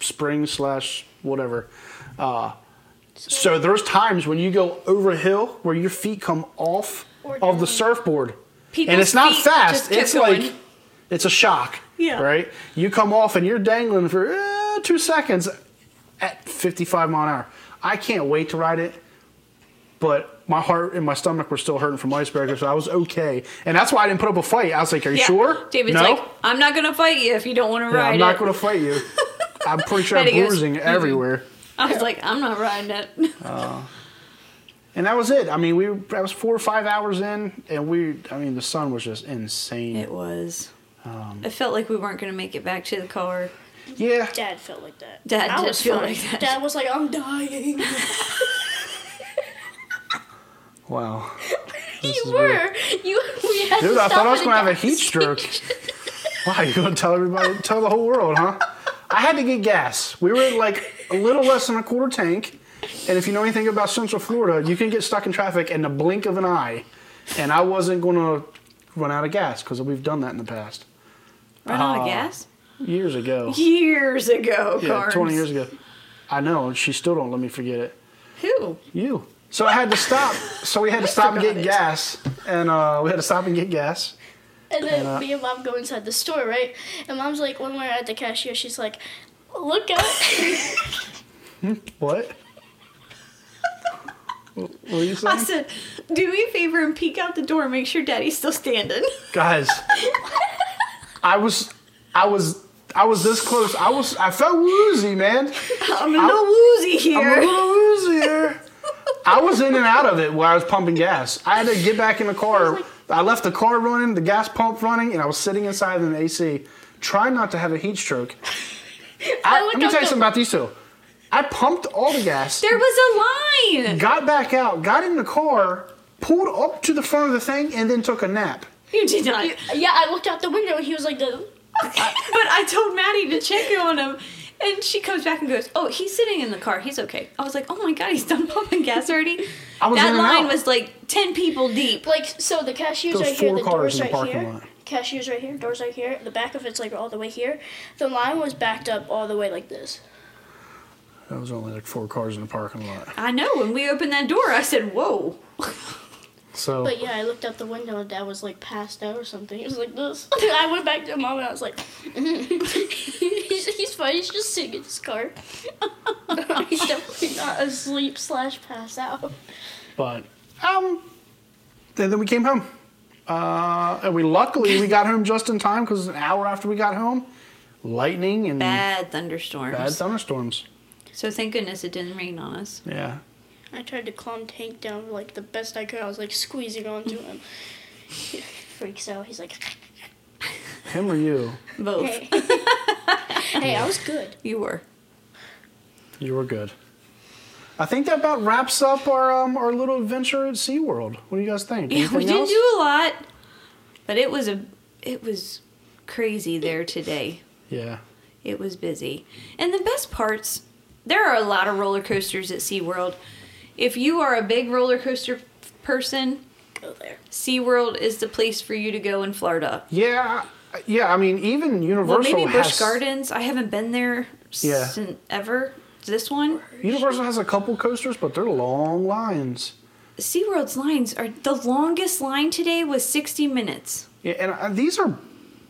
[SPEAKER 1] spring slash whatever. Uh, so there's times when you go over a hill where your feet come off
[SPEAKER 3] Or
[SPEAKER 1] of the
[SPEAKER 3] down.
[SPEAKER 1] surfboard,
[SPEAKER 2] People's
[SPEAKER 1] and it's not
[SPEAKER 2] feet just
[SPEAKER 1] fast.
[SPEAKER 2] kept
[SPEAKER 1] It's like
[SPEAKER 2] going.
[SPEAKER 1] it's a shock.
[SPEAKER 2] Yeah.
[SPEAKER 1] Right. You come off and you're dangling for uh, two seconds at 55 mile an hour. I can't wait to ride it, but my heart and my stomach were still hurting from iceberg, so I was okay. And that's why I didn't put up a fight. I was like, "Are you
[SPEAKER 2] Yeah.
[SPEAKER 1] sure?"
[SPEAKER 2] David's
[SPEAKER 1] no,
[SPEAKER 2] like, I'm not going to fight you if you don't want to
[SPEAKER 1] Yeah,
[SPEAKER 2] ride
[SPEAKER 1] I'm not
[SPEAKER 2] it.
[SPEAKER 1] going to fight you. I'm pretty sure
[SPEAKER 2] Then
[SPEAKER 1] I'm
[SPEAKER 2] he goes,
[SPEAKER 1] bruising everywhere.
[SPEAKER 2] I was like, I'm not riding it.
[SPEAKER 1] And that was it. I mean, we were- I was four or five hours in, and we. I mean, the sun was just insane.
[SPEAKER 2] It was.
[SPEAKER 1] Um,
[SPEAKER 2] I felt like we weren't going to make it back to the car.
[SPEAKER 1] yeah,
[SPEAKER 3] Dad felt like that.
[SPEAKER 2] Dad
[SPEAKER 3] I
[SPEAKER 2] did
[SPEAKER 3] was
[SPEAKER 2] feel
[SPEAKER 3] fine.
[SPEAKER 2] like that.
[SPEAKER 3] Dad was like, I'm dying.
[SPEAKER 1] wow. This is
[SPEAKER 3] you
[SPEAKER 1] weird.
[SPEAKER 3] were. You. We had
[SPEAKER 1] Dude,
[SPEAKER 3] to
[SPEAKER 1] I
[SPEAKER 3] stop
[SPEAKER 1] thought I was
[SPEAKER 3] at
[SPEAKER 1] going to have a
[SPEAKER 3] gas
[SPEAKER 1] heat stroke. wow, you're going to tell everybody, tell the whole world, huh? I had to get gas. We were at like a little less than a quarter tank. And if you know anything about Central Florida, you can get stuck in traffic in the blink of an eye. And I wasn't going to run out of gas because we've done that in the past.
[SPEAKER 2] Run out of gas?
[SPEAKER 1] Years ago.
[SPEAKER 2] Years ago,
[SPEAKER 1] Ah. Yeah,
[SPEAKER 2] Carnes.
[SPEAKER 1] 20 years ago. I know. She still don't let me forget it.
[SPEAKER 2] Who?
[SPEAKER 1] You. So I had to stop. So we had to stop and
[SPEAKER 2] forgot
[SPEAKER 1] get
[SPEAKER 2] it.
[SPEAKER 1] gas. And uh, we had to stop and get gas.
[SPEAKER 3] And then
[SPEAKER 1] And, uh,
[SPEAKER 3] me and mom go inside the store, right? And mom's like, when we're at the cashier, she's like, look out.
[SPEAKER 1] What? what were you saying?
[SPEAKER 2] I said, do me a favor and peek out the door and make sure daddy's still standing.
[SPEAKER 1] Guys, I was, I was, I was this close. I was, I felt woozy, man.
[SPEAKER 2] I'm a little woozy
[SPEAKER 1] I'm a
[SPEAKER 2] here.
[SPEAKER 1] little woozy here. I was in and out of it while I was pumping gas. I had to get back in the car. I left the car running, the gas pump running, and I was sitting inside in the AC, trying not to have a heat stroke. I,
[SPEAKER 3] I
[SPEAKER 1] let
[SPEAKER 3] looked
[SPEAKER 1] me tell
[SPEAKER 3] up
[SPEAKER 1] you
[SPEAKER 3] the-
[SPEAKER 1] something about these two. I pumped all the gas.
[SPEAKER 2] there was a line.
[SPEAKER 1] got back out, got in the car, pulled up to the front of the thing, and then took a nap.
[SPEAKER 2] You did not.
[SPEAKER 3] yeah, I looked out the window and he was like, the.
[SPEAKER 2] But I told Maddie to check in on him. And she comes back and goes, Oh, he's sitting in the car. He's okay. I was like, Oh my God, he's done pumping gas already.
[SPEAKER 1] I was
[SPEAKER 2] that
[SPEAKER 1] in and
[SPEAKER 2] line
[SPEAKER 1] out.
[SPEAKER 2] was like 10 people deep.
[SPEAKER 3] Like, so the cashier's
[SPEAKER 1] There
[SPEAKER 3] right
[SPEAKER 1] was
[SPEAKER 3] here,
[SPEAKER 1] four
[SPEAKER 3] the
[SPEAKER 1] cars
[SPEAKER 3] door's
[SPEAKER 1] in the
[SPEAKER 3] right
[SPEAKER 1] parking
[SPEAKER 3] here.
[SPEAKER 1] lot.
[SPEAKER 3] Cashier's right here, door's right here. The back of it's like all the way here. The line was backed up all the way like this.
[SPEAKER 1] That was only like four cars in the parking lot.
[SPEAKER 2] I know. When we opened that door, I said, Whoa.
[SPEAKER 1] So
[SPEAKER 3] But yeah, I looked out the window and dad was like passed out or something. He was like this. I went back to mom and I was like, he's, he's fine. He's just sitting in his car. he's definitely not asleep slash passed out.
[SPEAKER 1] But um, then, then we came home. Uh, and we luckily we got home just in time because an hour after we got home, lightning and
[SPEAKER 2] Bad thunderstorms.
[SPEAKER 1] Mm. bad thunderstorms.
[SPEAKER 2] so thank goodness it didn't rain on us.
[SPEAKER 1] Yeah,
[SPEAKER 3] I tried to calm Tank down like the best I could. I was like squeezing onto him. He freaks out. He's like,
[SPEAKER 1] him or you,
[SPEAKER 2] Both.
[SPEAKER 3] hey, hey, I was good.
[SPEAKER 2] You were.
[SPEAKER 1] you were good. I think that about wraps up our um, our little adventure at SeaWorld. What do you guys think?
[SPEAKER 2] Yeah, we
[SPEAKER 1] Anything
[SPEAKER 2] didn't
[SPEAKER 1] else?
[SPEAKER 2] do a lot, but it was a it was crazy there today.
[SPEAKER 1] Yeah,
[SPEAKER 2] It was busy. And the best parts, there are a lot of roller coasters at SeaWorld. If you are a big roller coaster person,
[SPEAKER 3] Go there.
[SPEAKER 2] SeaWorld is the place for you to go in Florida.
[SPEAKER 1] yeah, yeah. I mean, even
[SPEAKER 2] Well,
[SPEAKER 1] Universal
[SPEAKER 2] maybe
[SPEAKER 1] has
[SPEAKER 2] Busch Gardens. I haven't been there
[SPEAKER 1] Yeah.
[SPEAKER 2] since ever. This one,
[SPEAKER 1] Universal has a couple coasters, but they're long lines.
[SPEAKER 2] SeaWorld's lines are the longest line today was 60 minutes.
[SPEAKER 1] Yeah, and uh, these are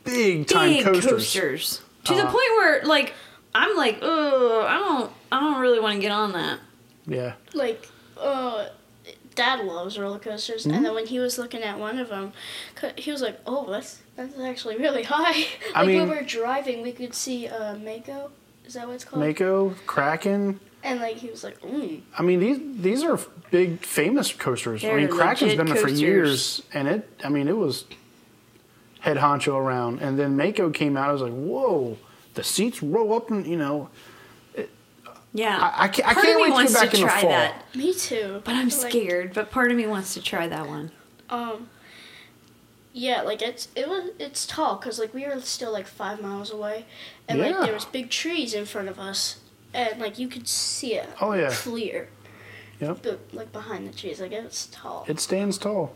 [SPEAKER 1] big time
[SPEAKER 2] Big
[SPEAKER 1] coasters.
[SPEAKER 2] coasters. To the
[SPEAKER 1] Uh-huh.
[SPEAKER 2] point where like I'm like, "Oh, I don't I don't really want to get on that."
[SPEAKER 1] Yeah.
[SPEAKER 3] like uh dad loves roller coasters
[SPEAKER 1] Mm-hmm.
[SPEAKER 3] and then when he was looking at one of them he was like oh that's that's actually really high like
[SPEAKER 1] I mean-
[SPEAKER 3] when we were driving we could see uh mako Is that what it's called?
[SPEAKER 1] Mako, Kraken.
[SPEAKER 3] and like he was like, mm.
[SPEAKER 1] I mean, these these are big famous coasters. I
[SPEAKER 2] They're
[SPEAKER 1] mean, Kraken's
[SPEAKER 2] legit
[SPEAKER 1] been there for
[SPEAKER 2] coasters.
[SPEAKER 1] years, and it. I mean, it was head honcho around, and then Mako came out. I was like, whoa, the seats roll up, and you know,
[SPEAKER 2] Yeah.
[SPEAKER 1] I- I can't- I
[SPEAKER 2] Part
[SPEAKER 1] can't
[SPEAKER 2] of me
[SPEAKER 1] wait to
[SPEAKER 2] wants
[SPEAKER 1] get back in the
[SPEAKER 2] try
[SPEAKER 1] fall.
[SPEAKER 2] that,
[SPEAKER 3] me too.
[SPEAKER 2] but I'm
[SPEAKER 3] Like,
[SPEAKER 2] scared. But part of me wants to try that one.
[SPEAKER 3] Um, yeah, like it's it was it's tall because like we were still like five miles away, and like
[SPEAKER 1] Yeah.
[SPEAKER 3] there was big trees in front of us, and like you could see it.
[SPEAKER 1] Oh, yeah.
[SPEAKER 3] Clear.
[SPEAKER 1] Yep.
[SPEAKER 3] But like behind the trees, like it's tall.
[SPEAKER 1] it stands tall.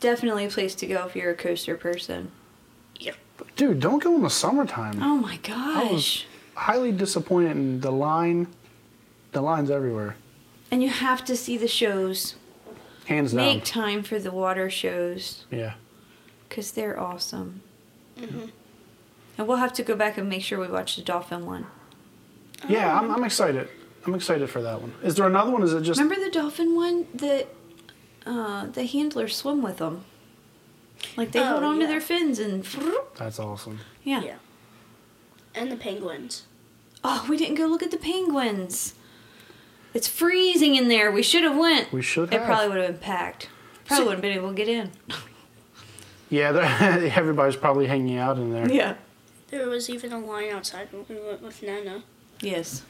[SPEAKER 2] Definitely a place to go if you're a coaster person.
[SPEAKER 1] Dude, don't go in the summertime.
[SPEAKER 2] Oh my gosh.
[SPEAKER 1] Oh. Highly disappointed in the line. The line's everywhere,
[SPEAKER 2] And you have to see the shows.
[SPEAKER 1] hands
[SPEAKER 2] Make
[SPEAKER 1] down.
[SPEAKER 2] time for the water shows
[SPEAKER 1] Yeah.
[SPEAKER 2] because they're awesome. And we'll have to go back and make sure we watch the dolphin one.
[SPEAKER 1] Yeah, I'm, I'm excited. I'm excited for that one. Is there another one? Is it just
[SPEAKER 2] Remember the dolphin one? The uh, the handlers swim with them. Like they
[SPEAKER 3] Oh,
[SPEAKER 2] hold on
[SPEAKER 3] yeah.
[SPEAKER 2] to their fins and
[SPEAKER 1] that's awesome?
[SPEAKER 2] yeah.
[SPEAKER 3] Yeah. And the penguins.
[SPEAKER 2] Oh, we didn't go look at the penguins. It's freezing in there. We should have went.
[SPEAKER 1] We should
[SPEAKER 2] It
[SPEAKER 1] have.
[SPEAKER 2] probably would have been packed. Probably
[SPEAKER 1] See-
[SPEAKER 2] wouldn't been able to get in.
[SPEAKER 1] Yeah, they're- everybody's probably hanging out in there.
[SPEAKER 2] yeah.
[SPEAKER 3] There was even a line outside when we went with Nana.
[SPEAKER 2] Yes.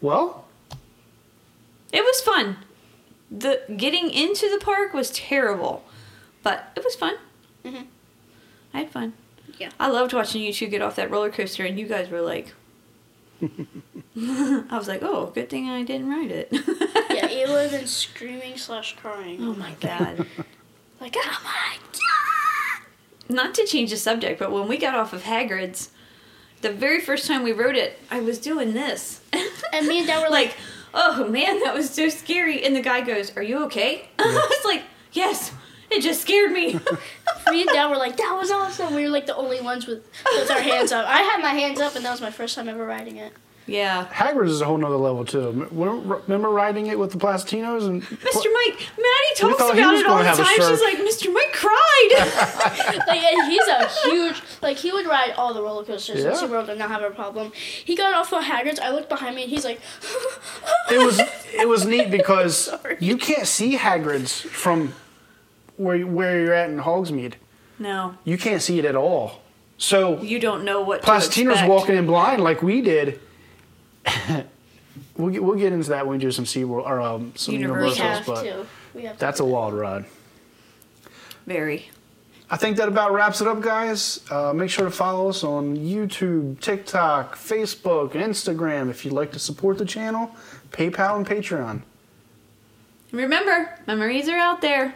[SPEAKER 1] Well,
[SPEAKER 2] It was fun. The getting into the park was terrible, but it was fun.
[SPEAKER 3] Mhm.
[SPEAKER 2] I had fun.
[SPEAKER 3] Yeah.
[SPEAKER 2] I loved watching you two get off that roller coaster, and you guys were like, I was like, oh, good thing I didn't ride it.
[SPEAKER 3] yeah, it would have been screaming slash crying.
[SPEAKER 2] Oh my god.
[SPEAKER 3] Like, oh my god!
[SPEAKER 2] Not to change the subject, but when we got off of Hagrid's, the very first time we rode it, I was doing this.
[SPEAKER 3] And me and Dad were
[SPEAKER 2] like, oh man, that was so scary. And the guy goes, Are you okay? I was like, Yes, it just scared me.
[SPEAKER 3] Me and Dad were like, that was awesome. We were like the only ones with, with our hands up. I had my hands up, and that was my first time ever riding it.
[SPEAKER 2] yeah.
[SPEAKER 1] Hagrid's is a whole nother level too. M- Remember remember riding it with the Plastinos and
[SPEAKER 2] Mr. Mike, Maddie talks
[SPEAKER 1] thought he
[SPEAKER 2] about
[SPEAKER 1] was
[SPEAKER 2] it all
[SPEAKER 1] gonna
[SPEAKER 2] the
[SPEAKER 1] have a
[SPEAKER 2] time. She's
[SPEAKER 1] stroke.
[SPEAKER 2] like, Mr. Mike cried.
[SPEAKER 3] Like, and he's a huge, like, he would ride all the roller coasters
[SPEAKER 1] Yeah.
[SPEAKER 3] in SeaWorld and not have a problem. He got off on Haggard's. I looked behind me, and he's like,
[SPEAKER 1] it was it was neat because
[SPEAKER 3] Sorry.
[SPEAKER 1] you can't see Hagrid's from where you- where you're at in Hogsmeade.
[SPEAKER 2] no,
[SPEAKER 1] You can't see it at all. So
[SPEAKER 2] you don't know what. to
[SPEAKER 1] Plastino's
[SPEAKER 2] expect.
[SPEAKER 1] walking in blind like we did. we'll get, we'll get into that when we do some SeaWorld or um, some
[SPEAKER 2] Universal.
[SPEAKER 3] we
[SPEAKER 1] Universals,
[SPEAKER 3] have
[SPEAKER 1] but
[SPEAKER 3] to. We have
[SPEAKER 1] that's a wild ride.
[SPEAKER 2] Very.
[SPEAKER 1] I think that about wraps it up, guys. Uh, make sure to follow us on YouTube, TikTok, Facebook, and Instagram if you'd like to support the channel, PayPal, and Patreon.
[SPEAKER 2] Remember, memories are out there.